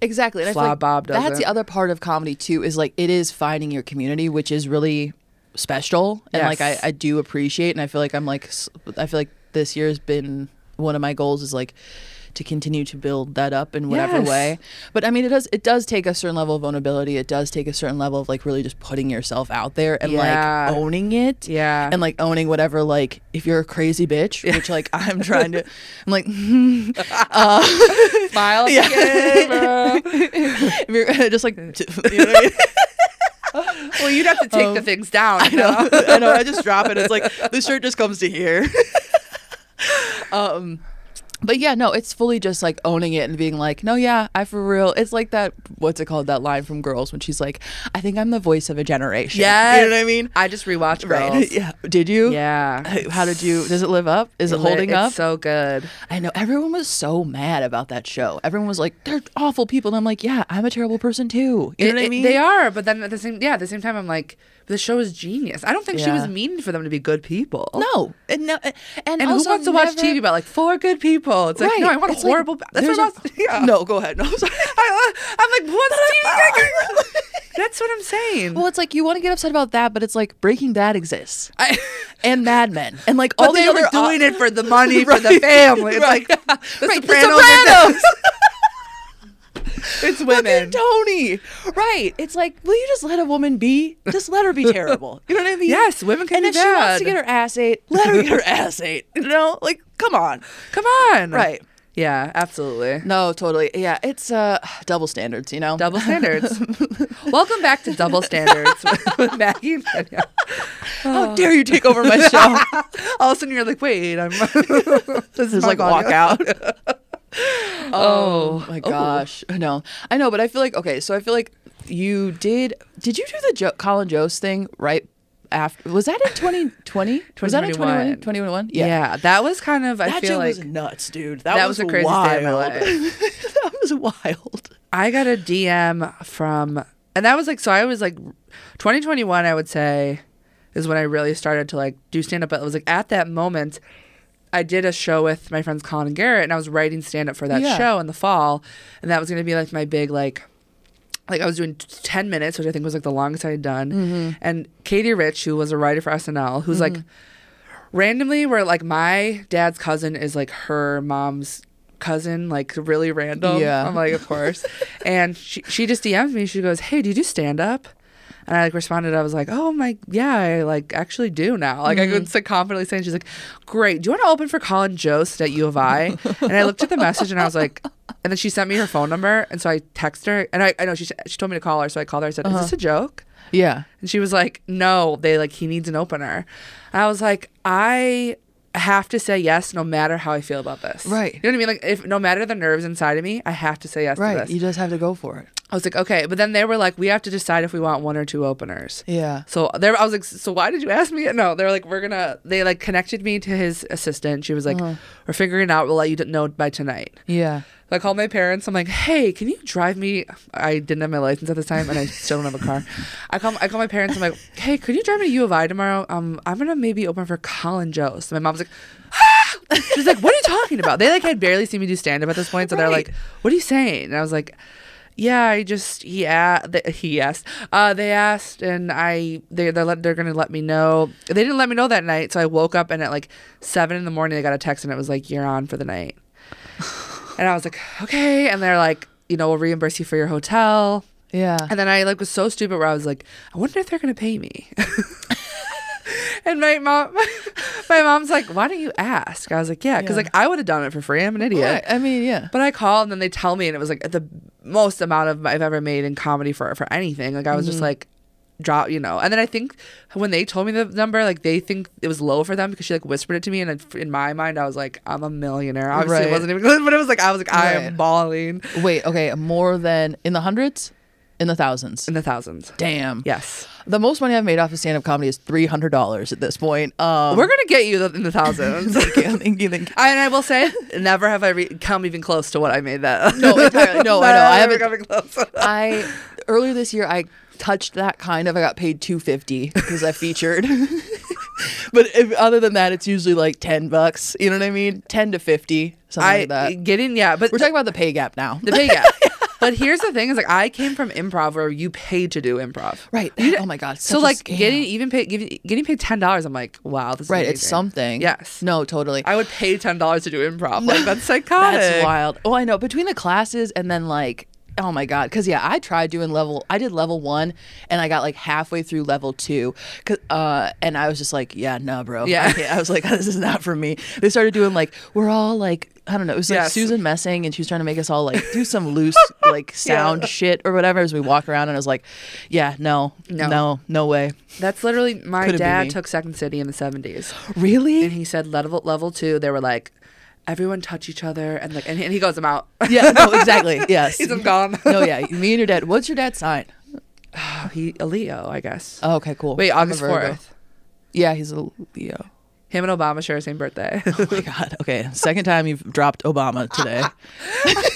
[SPEAKER 2] exactly and I feel
[SPEAKER 3] Fla
[SPEAKER 2] like
[SPEAKER 3] Bob does
[SPEAKER 2] that's
[SPEAKER 3] it.
[SPEAKER 2] the other part of comedy too is like it is finding your community which is really special and like I,
[SPEAKER 3] Yes.
[SPEAKER 2] I do appreciate and I feel like I'm like s- I feel like this year has been one of my goals is like to continue to build that up in whatever
[SPEAKER 3] Yes.
[SPEAKER 2] way. But I mean, it does it does take a certain level of vulnerability. It does take a certain level of like really just putting yourself out there and
[SPEAKER 3] Yeah.
[SPEAKER 2] like owning it.
[SPEAKER 3] Yeah.
[SPEAKER 2] And like owning whatever like if you're a crazy bitch, which like I'm trying to, I'm like.
[SPEAKER 3] Smile.
[SPEAKER 2] Yeah.
[SPEAKER 3] again, bro.
[SPEAKER 2] if you're just like t- you know what I mean?
[SPEAKER 3] well, you'd have to take the things down.
[SPEAKER 2] Um, I know, I know. I just drop it. It's like the shirt just comes to here. um, but yeah, no, it's fully just like owning it and being like, no, yeah, I for real. It's like that. What's it called? That line from Girls when she's like, I think I'm the voice of a generation.
[SPEAKER 3] Yeah.
[SPEAKER 2] you know what I mean.
[SPEAKER 3] I just rewatched Girls.
[SPEAKER 2] Right? Yeah. Did you?
[SPEAKER 3] Yeah.
[SPEAKER 2] How did you? Does it live up? Is it
[SPEAKER 3] Lit-
[SPEAKER 2] holding
[SPEAKER 3] it's
[SPEAKER 2] up?
[SPEAKER 3] so good.
[SPEAKER 2] I know everyone was so mad about that show. Everyone was like, "They're awful people," and I'm like, "Yeah, I'm a terrible person too." You know
[SPEAKER 3] It-
[SPEAKER 2] what I
[SPEAKER 3] it-
[SPEAKER 2] mean?
[SPEAKER 3] They are, but then at the same yeah, at the same time I'm like, the show is genius. I don't think she
[SPEAKER 2] Yeah.
[SPEAKER 3] was mean for them to be good people.
[SPEAKER 2] No, and no, and,
[SPEAKER 3] And
[SPEAKER 2] also
[SPEAKER 3] who wants to watch
[SPEAKER 2] never-
[SPEAKER 3] TV about like four good people? It's like no, I want
[SPEAKER 2] It's like,
[SPEAKER 3] horrible. ba- that's
[SPEAKER 2] there's
[SPEAKER 3] what
[SPEAKER 2] a-
[SPEAKER 3] I was, yeah.
[SPEAKER 2] No, go ahead. No, I'm sorry.
[SPEAKER 3] I, uh, I'm like, what's TV? that's what I'm saying.
[SPEAKER 2] uh, well, it's like you want to get upset about that, but it's like Breaking Bad exists
[SPEAKER 3] I,
[SPEAKER 2] and Mad Men and like
[SPEAKER 3] but
[SPEAKER 2] all
[SPEAKER 3] they
[SPEAKER 2] the
[SPEAKER 3] were
[SPEAKER 2] other
[SPEAKER 3] doing it for the money, for the family. It's
[SPEAKER 2] Right.
[SPEAKER 3] like the
[SPEAKER 2] Right, The
[SPEAKER 3] Sopranos. and
[SPEAKER 2] Sopranos.
[SPEAKER 3] the- It's women.
[SPEAKER 2] Fucking Tony. Right. It's like, will you just let a woman be? Just let her be terrible. You know what I mean?
[SPEAKER 3] Yes, women can
[SPEAKER 2] And
[SPEAKER 3] be
[SPEAKER 2] if she wants to
[SPEAKER 3] bad.
[SPEAKER 2] get her ass ate, let her get her ass ate. You know? Like, come on.
[SPEAKER 3] Come on.
[SPEAKER 2] Right.
[SPEAKER 3] Yeah, absolutely.
[SPEAKER 2] No, totally. Yeah, it's uh double standards, you know?
[SPEAKER 3] Double standards. Welcome back to Double Standards with, with Maggie and Danielle.
[SPEAKER 2] How dare you take over my show?
[SPEAKER 3] All of a sudden, you're like, wait, I'm. this
[SPEAKER 2] Just
[SPEAKER 3] my
[SPEAKER 2] like
[SPEAKER 3] audio.
[SPEAKER 2] walk out.
[SPEAKER 3] Oh,
[SPEAKER 2] my gosh. No, I know, but I feel like okay. So I feel like you did. Did you do the jo- Colin Jost thing right after? Was that in 2020? was that in
[SPEAKER 3] 2021?
[SPEAKER 2] 2021? 2021?
[SPEAKER 3] Yeah. that was kind of. I
[SPEAKER 2] That
[SPEAKER 3] feel
[SPEAKER 2] shit
[SPEAKER 3] like
[SPEAKER 2] was nuts, dude. That,
[SPEAKER 3] that
[SPEAKER 2] was,
[SPEAKER 3] was the craziest
[SPEAKER 2] wild.
[SPEAKER 3] day of my
[SPEAKER 2] that was wild.
[SPEAKER 3] I got a DM from, and that was like, so I was like, 2021, I would say, is when I really started to like do stand up. But it was like at that moment, I did a show with my friends Colin and Garrett, and I was writing stand up for that
[SPEAKER 2] Yeah.
[SPEAKER 3] show in the fall, and that was gonna be like my big like. Like I was doing t- ten minutes, which I think was like the longest I had done.
[SPEAKER 2] Mm-hmm.
[SPEAKER 3] And Katie Rich, who was a writer for SNL, who's like randomly where like my dad's cousin is like her mom's cousin like really random
[SPEAKER 2] Yeah.
[SPEAKER 3] i'm like of course and she, she just dms me she goes hey do you do stand up and i like responded i was like oh my yeah i like actually do now like i could so confidently say and she's like great do you want to open for colin jost at u of i and i looked at the message and i was like and then she sent me her phone number and so i text her and i, I know she, she told me to call her so i called her i said is this a joke
[SPEAKER 2] Yeah.
[SPEAKER 3] and she was like, "No, they like he needs an opener." And I was like, "I have to say yes, no matter how I feel about this."
[SPEAKER 2] Right.
[SPEAKER 3] You know what I mean? Like, if no matter the nerves inside of me, I have to say yes to
[SPEAKER 2] Right.
[SPEAKER 3] this.
[SPEAKER 2] You just have to go for it.
[SPEAKER 3] I was like, "Okay," but then they were like, "We have to decide if we want one or two openers."
[SPEAKER 2] Yeah.
[SPEAKER 3] So there, I was like, "So why did you ask me?" No, they're like, "We're gonna." They like connected me to his assistant. She was like,
[SPEAKER 2] Uh-huh.
[SPEAKER 3] "We're figuring it out. We'll let you d- know by tonight."
[SPEAKER 2] Yeah.
[SPEAKER 3] So I called my parents. I'm like, "Hey, can you drive me?" I didn't have my license at the time, and I still don't have a car. I call I call my parents. I'm like, "Hey, could you drive me to U of I tomorrow? Um, I'm gonna maybe open for Colin Jost." And my mom's like, ah! "She's like, what are you talking about?" They like had barely seen me do stand up at this point, so they're
[SPEAKER 2] Right.
[SPEAKER 3] like, "What are you saying?" And I was like. Yeah, I just he asked. He asked. Uh, they asked, and I they they're let, they're gonna let me know. They didn't let me know that night, so I woke up and at like seven in the morning, I got a text, and it was like, "You're on for the night." And I was like, okay. And they're like, you know, we'll reimburse you for your hotel.
[SPEAKER 2] Yeah.
[SPEAKER 3] And then I like was so stupid where I was like, I wonder if they're gonna pay me. and my mom, my mom's like, why don't you ask? I was like, yeah, because
[SPEAKER 2] Yeah.
[SPEAKER 3] like I would have done it for free. I'm an
[SPEAKER 2] Right,
[SPEAKER 3] idiot.
[SPEAKER 2] I mean, yeah.
[SPEAKER 3] But I called and then they tell me, and it was like the most amount of I've ever made in comedy for for anything. Like I was just
[SPEAKER 2] Mm-hmm.
[SPEAKER 3] like, drop, you know. And then I think when they told me the number, like they think it was low for them because she like whispered it to me, and it- in my mind I was like, I'm a millionaire. Obviously,
[SPEAKER 2] Right.
[SPEAKER 3] it wasn't even good, but it was like I was like, I am
[SPEAKER 2] Right.
[SPEAKER 3] balling
[SPEAKER 2] Wait. Okay. More than in the hundreds, in the thousands.
[SPEAKER 3] in the thousands.
[SPEAKER 2] Damn.
[SPEAKER 3] Yes,
[SPEAKER 2] The most money I've made off of stand up comedy is three hundred dollars at this point. Um,
[SPEAKER 3] we're gonna get you in the thousands.
[SPEAKER 2] thank you, thank you, thank you.
[SPEAKER 3] I- and I will say, never have I re- come even close to what I made that.
[SPEAKER 2] No, entirely. No, I know. I haven't.
[SPEAKER 3] Never coming close.
[SPEAKER 2] I earlier this year I touched that kind of. I got paid two fifty because I featured. but if, other than that, it's usually like ten bucks. You know what I mean? Ten to fifty, something
[SPEAKER 3] I e
[SPEAKER 2] like that.
[SPEAKER 3] getting yeah, but
[SPEAKER 2] We're talking about the pay gap now.
[SPEAKER 3] the pay gap. But here's the thing: is like I came from improv where you paid to do improv.
[SPEAKER 2] Right. Oh my god.
[SPEAKER 3] So like getting even paid giving- getting paid ten dollars, I'm like, wow, this is
[SPEAKER 2] right. It's
[SPEAKER 3] amazing.
[SPEAKER 2] something.
[SPEAKER 3] Yes.
[SPEAKER 2] No. Totally.
[SPEAKER 3] I would pay ten dollars to do improv. Like that's psychotic.
[SPEAKER 2] That's wild. Oh, I know. Between the classes and then like, oh my god, because yeah, I tried doing level. I did level one, and I got like halfway through level two, 'cause- uh, and I was just like, yeah, no, bro.
[SPEAKER 3] Yeah.
[SPEAKER 2] I, can't- I was like, this is not for me. They started doing like, we're all like. I don't know. It was like
[SPEAKER 3] Yes.
[SPEAKER 2] Susan messing, and she was trying to make us all like do some loose like sound shit or whatever as we walk around. And I was like, "Yeah, no,
[SPEAKER 3] No.
[SPEAKER 2] no, no, way,
[SPEAKER 3] That's literally my
[SPEAKER 2] Could've been
[SPEAKER 3] dad
[SPEAKER 2] me.
[SPEAKER 3] took Second City in the seventies, and
[SPEAKER 2] really."
[SPEAKER 3] he said level level two. They were like, everyone touch each other, and like, and he, and he goes, I'm out.
[SPEAKER 2] Yeah, no, exactly. Yes,
[SPEAKER 3] He's I'm gone.
[SPEAKER 2] no, yeah. Me and your dad. What's your dad's sign?
[SPEAKER 3] Oh, he a Leo, I guess.
[SPEAKER 2] Oh, okay, cool.
[SPEAKER 3] Wait,
[SPEAKER 2] I'm a
[SPEAKER 3] August
[SPEAKER 2] Virgo.
[SPEAKER 3] fourth.
[SPEAKER 2] Yeah, he's a Leo.
[SPEAKER 3] Him and Obama share the same birthday.
[SPEAKER 2] Oh my god. Okay, second time you've dropped Obama today.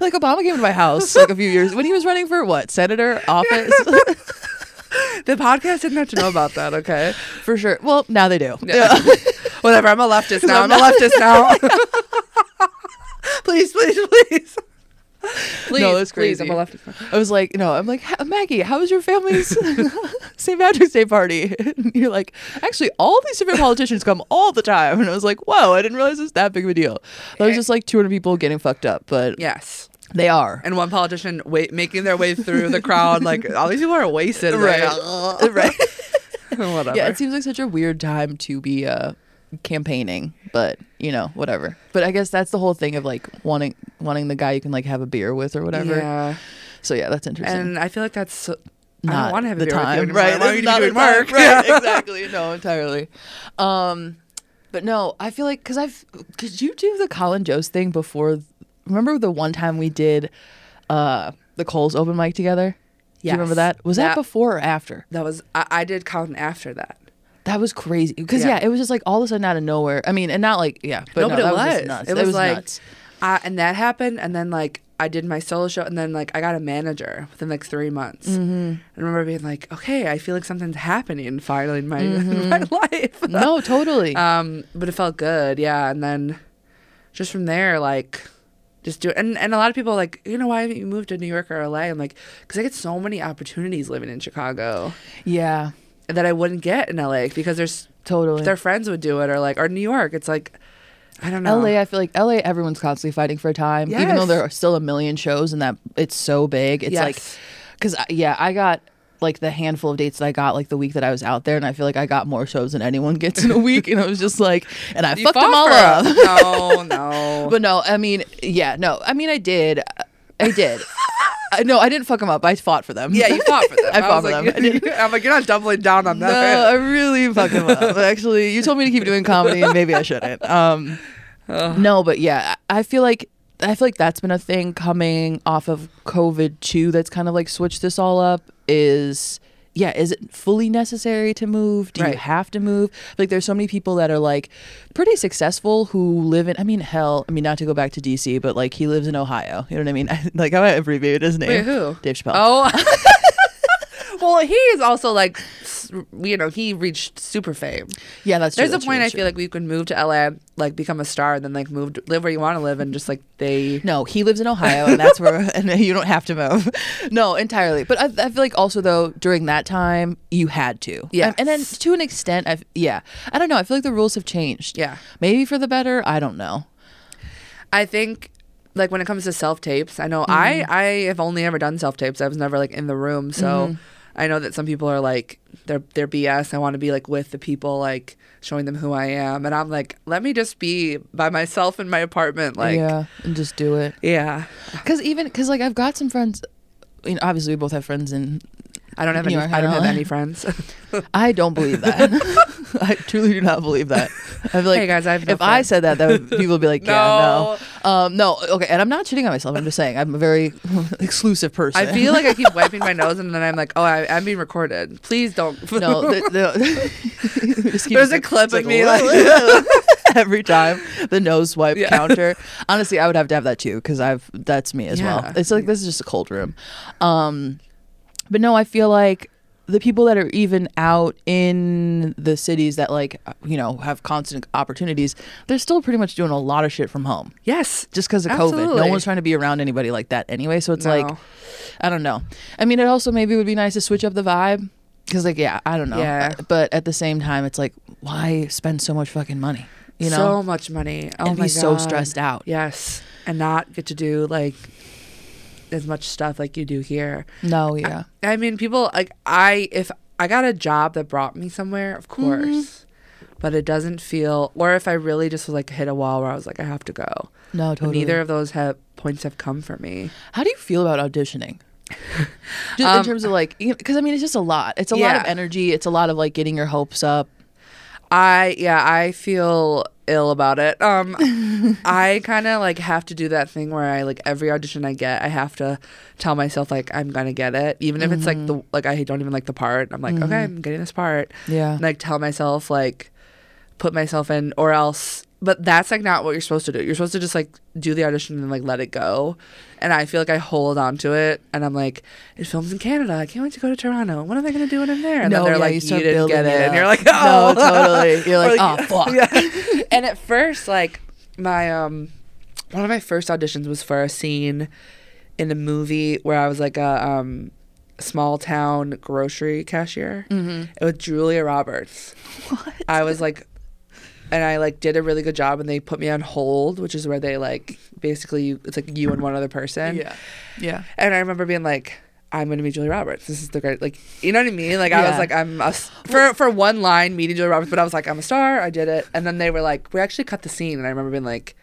[SPEAKER 2] like Obama came to my house like a few years when he was running for what senator office
[SPEAKER 3] the podcast didn't have to know about that. Okay,
[SPEAKER 2] for sure. Well, now they do.
[SPEAKER 3] Yeah. whatever. I'm a leftist now. I'm a leftist now. please, please, please. Please,
[SPEAKER 2] that's
[SPEAKER 3] please, I'm a
[SPEAKER 2] crazy.
[SPEAKER 3] leftist. now.
[SPEAKER 2] I was like, no, I'm like "Ha- Maggie. How was your family's St. Patrick's Day party? And you're like, actually, all these different politicians come all the time. And I was like, whoa, I didn't realize it was that big of a deal. There was just like 200 people getting fucked up, but
[SPEAKER 3] Yes.
[SPEAKER 2] they are.
[SPEAKER 3] and one politician wa- making their way through the crowd. Like all these people are wasted,
[SPEAKER 2] Right.
[SPEAKER 3] Like,
[SPEAKER 2] right.
[SPEAKER 3] whatever.
[SPEAKER 2] Yeah, it seems like such a weird time to be uh, campaigning, but you know, whatever. But I guess that's the whole thing of like wanting wanting the guy you can like have a beer with or whatever.
[SPEAKER 3] Yeah.
[SPEAKER 2] So yeah, that's interesting.
[SPEAKER 3] and I feel like that's. So- I
[SPEAKER 2] Not
[SPEAKER 3] don't want to have a
[SPEAKER 2] the
[SPEAKER 3] beer
[SPEAKER 2] time,
[SPEAKER 3] with you anymore. I
[SPEAKER 2] right?
[SPEAKER 3] want
[SPEAKER 2] This
[SPEAKER 3] you
[SPEAKER 2] is
[SPEAKER 3] to be
[SPEAKER 2] not
[SPEAKER 3] doing
[SPEAKER 2] the time,
[SPEAKER 3] work.
[SPEAKER 2] right? Exactly. No, entirely. Um, but no, I feel like because I've did you do the Colin Jost thing before? Remember the one time we did uh the Coles open mic together? Do you remember
[SPEAKER 3] Yes.
[SPEAKER 2] that? Was that,
[SPEAKER 3] That-
[SPEAKER 2] before or after?
[SPEAKER 3] That was I, I did Colin after that.
[SPEAKER 2] That was crazy. Because
[SPEAKER 3] Yeah.
[SPEAKER 2] yeah. it was just like all of a sudden out of nowhere. I mean, and not like yeah, but no,
[SPEAKER 3] no, but
[SPEAKER 2] that
[SPEAKER 3] it
[SPEAKER 2] was,
[SPEAKER 3] was.
[SPEAKER 2] just nuts.
[SPEAKER 3] It was, like,
[SPEAKER 2] nuts.
[SPEAKER 3] I, and that happened, and then like I did my solo show, and then like I got a manager within like three months. Mm-hmm. I remember being like, okay, I feel like something's happening finally in my my life.
[SPEAKER 2] Mm-hmm. no, totally.
[SPEAKER 3] Um, but it felt good, yeah. And then just from there, like, just do it. And, and a lot of people are like, you know, why haven't you moved to New York or LA? I'm like, because I get so many opportunities living in Chicago
[SPEAKER 2] yeah,
[SPEAKER 3] that I wouldn't get in LA because there's
[SPEAKER 2] totally.
[SPEAKER 3] their friends would do it or like or New York. It's like I don't know.
[SPEAKER 2] LA, I feel like LA, everyone's constantly fighting for time, even though
[SPEAKER 3] Yes.
[SPEAKER 2] there are still a million shows and that it's so big. It's like,
[SPEAKER 3] Yes.
[SPEAKER 2] because yeah, I got like the handful of dates that I got like the week that I was out there, and I feel like I got more shows than anyone gets in a week. and it was just like, and I
[SPEAKER 3] You
[SPEAKER 2] fucked
[SPEAKER 3] fought
[SPEAKER 2] them all
[SPEAKER 3] for
[SPEAKER 2] up.
[SPEAKER 3] it. No, no.
[SPEAKER 2] But no, I mean, yeah, no, I mean, I did, I did. I, no, I didn't fuck them up. I fought for them.
[SPEAKER 3] yeah, you fought for them.
[SPEAKER 2] I fought
[SPEAKER 3] was
[SPEAKER 2] for
[SPEAKER 3] like,
[SPEAKER 2] them. I did.
[SPEAKER 3] I'm like, you're not doubling down on
[SPEAKER 2] No,
[SPEAKER 3] that.
[SPEAKER 2] I really fuck him up. Actually, you told me to keep doing comedy, and maybe I shouldn't. Um, no, but yeah, I I feel like I feel like that's been a thing coming off of COVID too. That's kind of like switched this all up. Is yeah, is it fully necessary to move? Do
[SPEAKER 3] Right.
[SPEAKER 2] you have to move? Like, there's so many people that are like pretty successful who live in. I mean, hell, I mean, not to go back to DC, but like he lives in Ohio. You know what I mean? like, how I abbreviated his name.
[SPEAKER 3] Wait, who?
[SPEAKER 2] Dave Chappelle.
[SPEAKER 3] Oh. well, he is also like, s- you know, he reached super fame.
[SPEAKER 2] yeah, that's true.
[SPEAKER 3] There's
[SPEAKER 2] that's
[SPEAKER 3] a
[SPEAKER 2] true,
[SPEAKER 3] point I
[SPEAKER 2] that's true.
[SPEAKER 3] feel like we could move to LA, like become a star, and then like move to, live where you want to live, and just like they.
[SPEAKER 2] No, he lives in Ohio, and that's where, and you don't have to move. No, entirely. But I, I feel like also though during that time you had to.
[SPEAKER 3] Yes.
[SPEAKER 2] And then to an extent, I yeah, I don't know. I feel like the rules have changed.
[SPEAKER 3] Yeah.
[SPEAKER 2] Maybe for the better. I don't know.
[SPEAKER 3] I think like when it comes to self tapes, I know I
[SPEAKER 2] Mm-hmm.
[SPEAKER 3] I have only ever done self tapes. I was never like in the room, so
[SPEAKER 2] Mm-hmm.
[SPEAKER 3] I know that some people are like they're they're BS. I want to be like with the people, like showing them who I am, and I'm like, let me just be by myself in my apartment, like
[SPEAKER 2] yeah, and just do it.
[SPEAKER 3] yeah.
[SPEAKER 2] Because even because like I've got some friends. You know, obviously we both have friends in.
[SPEAKER 3] I don't have any.
[SPEAKER 2] You are
[SPEAKER 3] I don't have
[SPEAKER 2] Hannah.
[SPEAKER 3] any friends.
[SPEAKER 2] I don't believe that. I truly do not believe that. I feel like
[SPEAKER 3] Hey, guys, I have no
[SPEAKER 2] if I said that, that would, people would be like, yeah, no, um, no, okay. And I'm not cheating on myself. I'm just saying I'm a very exclusive person.
[SPEAKER 3] I feel like I keep wiping my nose, and then I'm like, oh, I, I'm being recorded. Please don't.
[SPEAKER 2] No, the, the, Just keep-
[SPEAKER 3] There's a clip
[SPEAKER 2] it's
[SPEAKER 3] of me,
[SPEAKER 2] every time the nose swipe
[SPEAKER 3] Yeah.
[SPEAKER 2] counter. Honestly, I would have to have that too because I've that's me as
[SPEAKER 3] Yeah.
[SPEAKER 2] well. It's like this is just a cold room, um, but no, I feel like the people that are even out in the cities that like you know have constant opportunities, they're still pretty much doing a lot of shit from home
[SPEAKER 3] Yes.
[SPEAKER 2] just because of COVID. No
[SPEAKER 3] Absolutely.
[SPEAKER 2] one's trying to be around anybody like that anyway. So it's like,
[SPEAKER 3] No.
[SPEAKER 2] I don't know. I mean, it also maybe would be nice to switch up the vibe because, like, yeah, I don't know.
[SPEAKER 3] Yeah.
[SPEAKER 2] Uh, But at the same time, it's like, why spend so much fucking money? You
[SPEAKER 3] so
[SPEAKER 2] know,
[SPEAKER 3] much money. Oh
[SPEAKER 2] and
[SPEAKER 3] my
[SPEAKER 2] be so
[SPEAKER 3] God.
[SPEAKER 2] stressed out.
[SPEAKER 3] Yes, and not get to do like as much stuff like you do here.
[SPEAKER 2] No, yeah.
[SPEAKER 3] I mean, people like I if I got a job that brought me somewhere, of course, but it doesn't feel. Or if I really just was like hit a wall where I was like, I have to go.
[SPEAKER 2] no,
[SPEAKER 3] But
[SPEAKER 2] totally.
[SPEAKER 3] Neither of those have points have come for me.
[SPEAKER 2] How do you feel about auditioning? Just in
[SPEAKER 3] Um,
[SPEAKER 2] terms of like, because I mean, it's just a lot. It's a lot of
[SPEAKER 3] Yeah.
[SPEAKER 2] energy. It's a lot of like getting your hopes up.
[SPEAKER 3] I yeah, I feel ill about it. Um I kind of like have to do that thing where I like every audition I get, I have to tell myself like I'm going to get it, even if it's like the like I don't even like the part. I'm like, okay, I'm getting this part.
[SPEAKER 2] Yeah.
[SPEAKER 3] And, like tell myself like put myself in or else but that's like not what you're supposed to do. You're supposed to just like do the audition and like let it go. And I feel like I hold on to it and I'm like, it films in Canada. I can't wait to go to Toronto. When am I gonna do it in there? And
[SPEAKER 2] No,
[SPEAKER 3] then they're
[SPEAKER 2] yeah,
[SPEAKER 3] like,
[SPEAKER 2] you
[SPEAKER 3] you,
[SPEAKER 2] start
[SPEAKER 3] didn't
[SPEAKER 2] building
[SPEAKER 3] get it.
[SPEAKER 2] it up.
[SPEAKER 3] And you're like,
[SPEAKER 2] No,
[SPEAKER 3] oh,
[SPEAKER 2] totally. You're like,
[SPEAKER 3] Or,
[SPEAKER 2] "Oh, fuck."
[SPEAKER 3] yeah. and at first, like my um, one of my first auditions was for a scene in a movie where I was like a um, small town grocery cashier
[SPEAKER 2] Mm-hmm.
[SPEAKER 3] with Julia Roberts. I was like, and I like did a really good job, and they put me on hold, which is where they like basically you, it's like you and one other person.
[SPEAKER 2] Yeah.
[SPEAKER 3] And I remember being like, I'm gonna be Julie Roberts. This is the great, like, you know what I mean? Like, I
[SPEAKER 2] Yeah.
[SPEAKER 3] was like, I'm a s- for for one line meeting Julie Roberts, but I was like, I'm a star. I did it. And then they were like, we actually cut the scene, and I remember being like,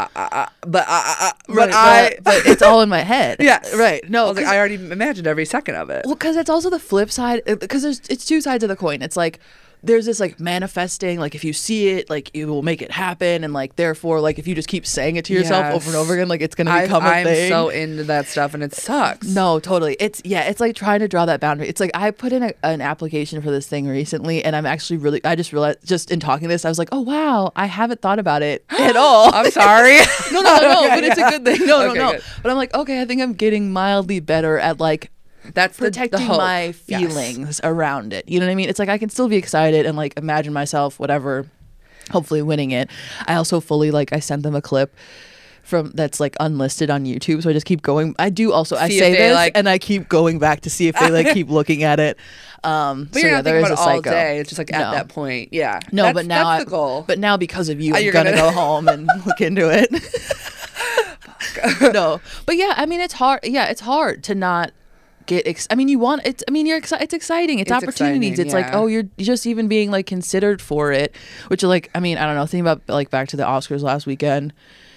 [SPEAKER 3] uh, uh, uh, but uh, uh, uh, but
[SPEAKER 2] Right,
[SPEAKER 3] I,
[SPEAKER 2] but, but it's all in my head.
[SPEAKER 3] yes,
[SPEAKER 2] Right. No,
[SPEAKER 3] I was like,
[SPEAKER 2] 'cause-
[SPEAKER 3] I already imagined every second of it.
[SPEAKER 2] Well, because that's also the flip side. Because there's it's two sides of the coin. It's like there's this like manifesting, like if you see it, like it will make it happen, and like therefore, like if you just keep saying it to yourself over and
[SPEAKER 3] Yes.
[SPEAKER 2] over again, like it's gonna
[SPEAKER 3] I,
[SPEAKER 2] become a
[SPEAKER 3] I'm
[SPEAKER 2] thing.
[SPEAKER 3] so into that stuff, and it sucks.
[SPEAKER 2] no, totally. It's yeah. It's like trying to draw that boundary. It's like I put in a, an application for this thing recently, and I'm actually really. I just realized just in talking this, I was like, oh wow, I haven't thought about it at all.
[SPEAKER 3] I'm sorry.
[SPEAKER 2] No, no, no, no.
[SPEAKER 3] Okay,
[SPEAKER 2] but it's a
[SPEAKER 3] yeah.
[SPEAKER 2] good thing. No,
[SPEAKER 3] Okay,
[SPEAKER 2] no, no.
[SPEAKER 3] good.
[SPEAKER 2] But I'm like, okay, I think I'm getting mildly better at like
[SPEAKER 3] That's the- the
[SPEAKER 2] protecting
[SPEAKER 3] hope.
[SPEAKER 2] my
[SPEAKER 3] Yes.
[SPEAKER 2] feelings around it. You know what I mean? It's like I can still be excited and like imagine myself, whatever, hopefully winning it. I also fully like I sent them a clip from that's like unlisted on YouTube. So I just keep going. I do also I
[SPEAKER 3] See if
[SPEAKER 2] say
[SPEAKER 3] they,
[SPEAKER 2] this
[SPEAKER 3] like-
[SPEAKER 2] and I keep going back to see if they like keep looking at it. Um
[SPEAKER 3] But
[SPEAKER 2] so
[SPEAKER 3] you're
[SPEAKER 2] yeah,
[SPEAKER 3] not
[SPEAKER 2] there
[SPEAKER 3] thinking
[SPEAKER 2] is
[SPEAKER 3] about
[SPEAKER 2] a
[SPEAKER 3] it all
[SPEAKER 2] psycho.
[SPEAKER 3] day. It's just like
[SPEAKER 2] No.
[SPEAKER 3] at that point. Yeah.
[SPEAKER 2] No,
[SPEAKER 3] That's-
[SPEAKER 2] but now
[SPEAKER 3] that's
[SPEAKER 2] I,
[SPEAKER 3] the goal.
[SPEAKER 2] But now because of you,
[SPEAKER 3] Oh,
[SPEAKER 2] I'm
[SPEAKER 3] you're
[SPEAKER 2] gonna,
[SPEAKER 3] gonna-
[SPEAKER 2] go home and look into it. no, but yeah, I mean it's hard. Yeah, it's hard to not get. Ex- I mean, you want it's. I mean, you're. Exci- it's exciting. It's,
[SPEAKER 3] It's
[SPEAKER 2] opportunities.
[SPEAKER 3] exciting,
[SPEAKER 2] it's like
[SPEAKER 3] yeah.
[SPEAKER 2] oh, you're just even being like considered for it, which are like I mean I don't know. Thinking about like back to the Oscars last weekend.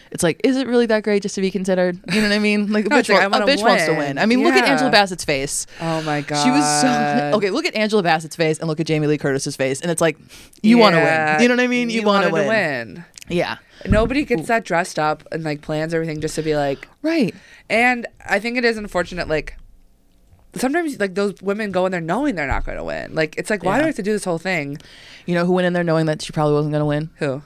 [SPEAKER 2] It's like, is it really that great just to be considered? You know what I mean? Like, a
[SPEAKER 3] No,
[SPEAKER 2] bitch,
[SPEAKER 3] it's like,
[SPEAKER 2] wa-
[SPEAKER 3] I wanna
[SPEAKER 2] a bitch wants to win.
[SPEAKER 3] win.
[SPEAKER 2] I mean, look at
[SPEAKER 3] Yeah.
[SPEAKER 2] Angela Bassett's face.
[SPEAKER 3] Oh my god.
[SPEAKER 2] She was so okay. Look at Angela Bassett's face and look at Jamie Lee Curtis's face, and it's like you want to win.
[SPEAKER 3] Yeah,
[SPEAKER 2] You know what I mean? You, want to
[SPEAKER 3] wanted
[SPEAKER 2] win.
[SPEAKER 3] win.
[SPEAKER 2] Yeah.
[SPEAKER 3] Nobody gets that dressed up and like plans everything just to be like.
[SPEAKER 2] Right.
[SPEAKER 3] And I think it is unfortunate. Like sometimes, like those women go in there knowing they're not going to win. Like it's like, why do
[SPEAKER 2] Yeah.
[SPEAKER 3] I have to do this whole thing?
[SPEAKER 2] You know who went in there knowing that she probably wasn't going to win?
[SPEAKER 3] Who?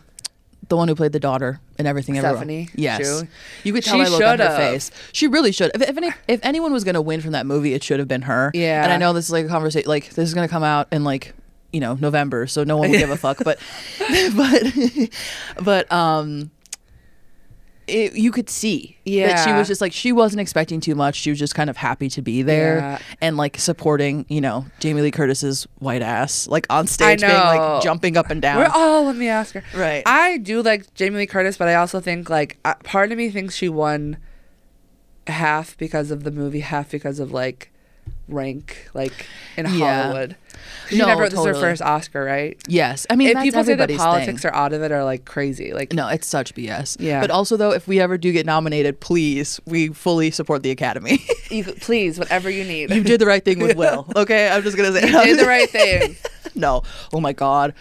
[SPEAKER 2] The one who played the daughter in everything. Everywhere.
[SPEAKER 3] Stephanie
[SPEAKER 2] Yes.
[SPEAKER 3] Shu?
[SPEAKER 2] You could
[SPEAKER 3] She
[SPEAKER 2] tell by the look on her
[SPEAKER 3] should've.
[SPEAKER 2] face. She really should. If if, any, if anyone was going to win from that movie, it should have been her.
[SPEAKER 3] Yeah.
[SPEAKER 2] And I know this is like a conversation. Like this is going to come out in like you know November, so no one will give a fuck. But but but um. It, you could see that she
[SPEAKER 3] Yeah.
[SPEAKER 2] was just like she wasn't expecting too much. She was just kind of happy to be there
[SPEAKER 3] Yeah.
[SPEAKER 2] and like supporting, you know, Jamie Lee Curtis's white ass like on stage, being
[SPEAKER 3] know.
[SPEAKER 2] like jumping up and down.
[SPEAKER 3] We're all in the Oscar.
[SPEAKER 2] Right.
[SPEAKER 3] I do like Jamie Lee Curtis, but I also think like uh, part of me thinks she won half because of the movie, half because of like rank, like in
[SPEAKER 2] Yeah.
[SPEAKER 3] Hollywood. She
[SPEAKER 2] No,
[SPEAKER 3] never. This is
[SPEAKER 2] totally.
[SPEAKER 3] her first Oscar, right?
[SPEAKER 2] Yes, I mean
[SPEAKER 3] if
[SPEAKER 2] that's
[SPEAKER 3] people say that
[SPEAKER 2] everybody's
[SPEAKER 3] politics
[SPEAKER 2] thing.
[SPEAKER 3] are out of it, are like crazy. Like
[SPEAKER 2] no, it's such BS.
[SPEAKER 3] Yeah.
[SPEAKER 2] But also though, if we ever do get nominated, please, we fully support the Academy.
[SPEAKER 3] you, please, whatever you need.
[SPEAKER 2] you did the right thing with Will. Okay, I'm just gonna say you
[SPEAKER 3] did the right thing.
[SPEAKER 2] no. Oh my god.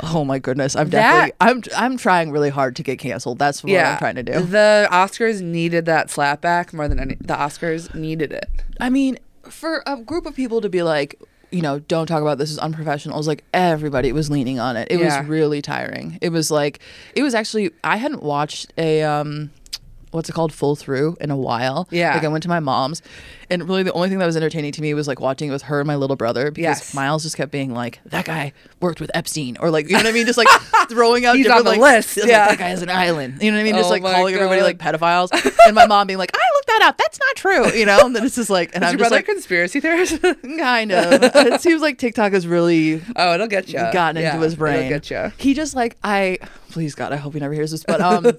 [SPEAKER 2] Oh my goodness. I'm
[SPEAKER 3] That-
[SPEAKER 2] definitely. I'm. I'm trying really hard to get canceled. That's what I'm trying to do.
[SPEAKER 3] The Oscars needed that slapback more than any. The Oscars needed it.
[SPEAKER 2] I mean, for a group of people to be like, you know, don't talk about this is unprofessional. It was like everybody was leaning on it. It
[SPEAKER 3] Yeah.
[SPEAKER 2] was really tiring. It was like it was actually I hadn't watched a um what's it called full through in a while.
[SPEAKER 3] Yeah.
[SPEAKER 2] like I went to my mom's, and really the only thing that was entertaining to me was like watching it with her and my little brother because
[SPEAKER 3] Yes.
[SPEAKER 2] Miles just kept being like, "That guy worked with Epstein," or like you know what I mean, just like throwing out
[SPEAKER 3] He's
[SPEAKER 2] different,
[SPEAKER 3] on the
[SPEAKER 2] like,
[SPEAKER 3] list,
[SPEAKER 2] like,
[SPEAKER 3] yeah.
[SPEAKER 2] that guy is an island. You know what I mean? Just
[SPEAKER 3] Oh
[SPEAKER 2] like
[SPEAKER 3] my
[SPEAKER 2] calling everybody
[SPEAKER 3] God.
[SPEAKER 2] like pedophiles, and my mom being like, "I looked that up. That's not true." You know, and then it's just like, and
[SPEAKER 3] Is
[SPEAKER 2] I'm
[SPEAKER 3] your
[SPEAKER 2] just
[SPEAKER 3] brother
[SPEAKER 2] like, "Mm,
[SPEAKER 3] a conspiracy theorist?
[SPEAKER 2] kind of. it seems like TikTok is really
[SPEAKER 3] oh, it'll get you.
[SPEAKER 2] gotten
[SPEAKER 3] Yeah,
[SPEAKER 2] into his brain.
[SPEAKER 3] It'll get you.
[SPEAKER 2] He just like I please God, I hope he never hears this, but um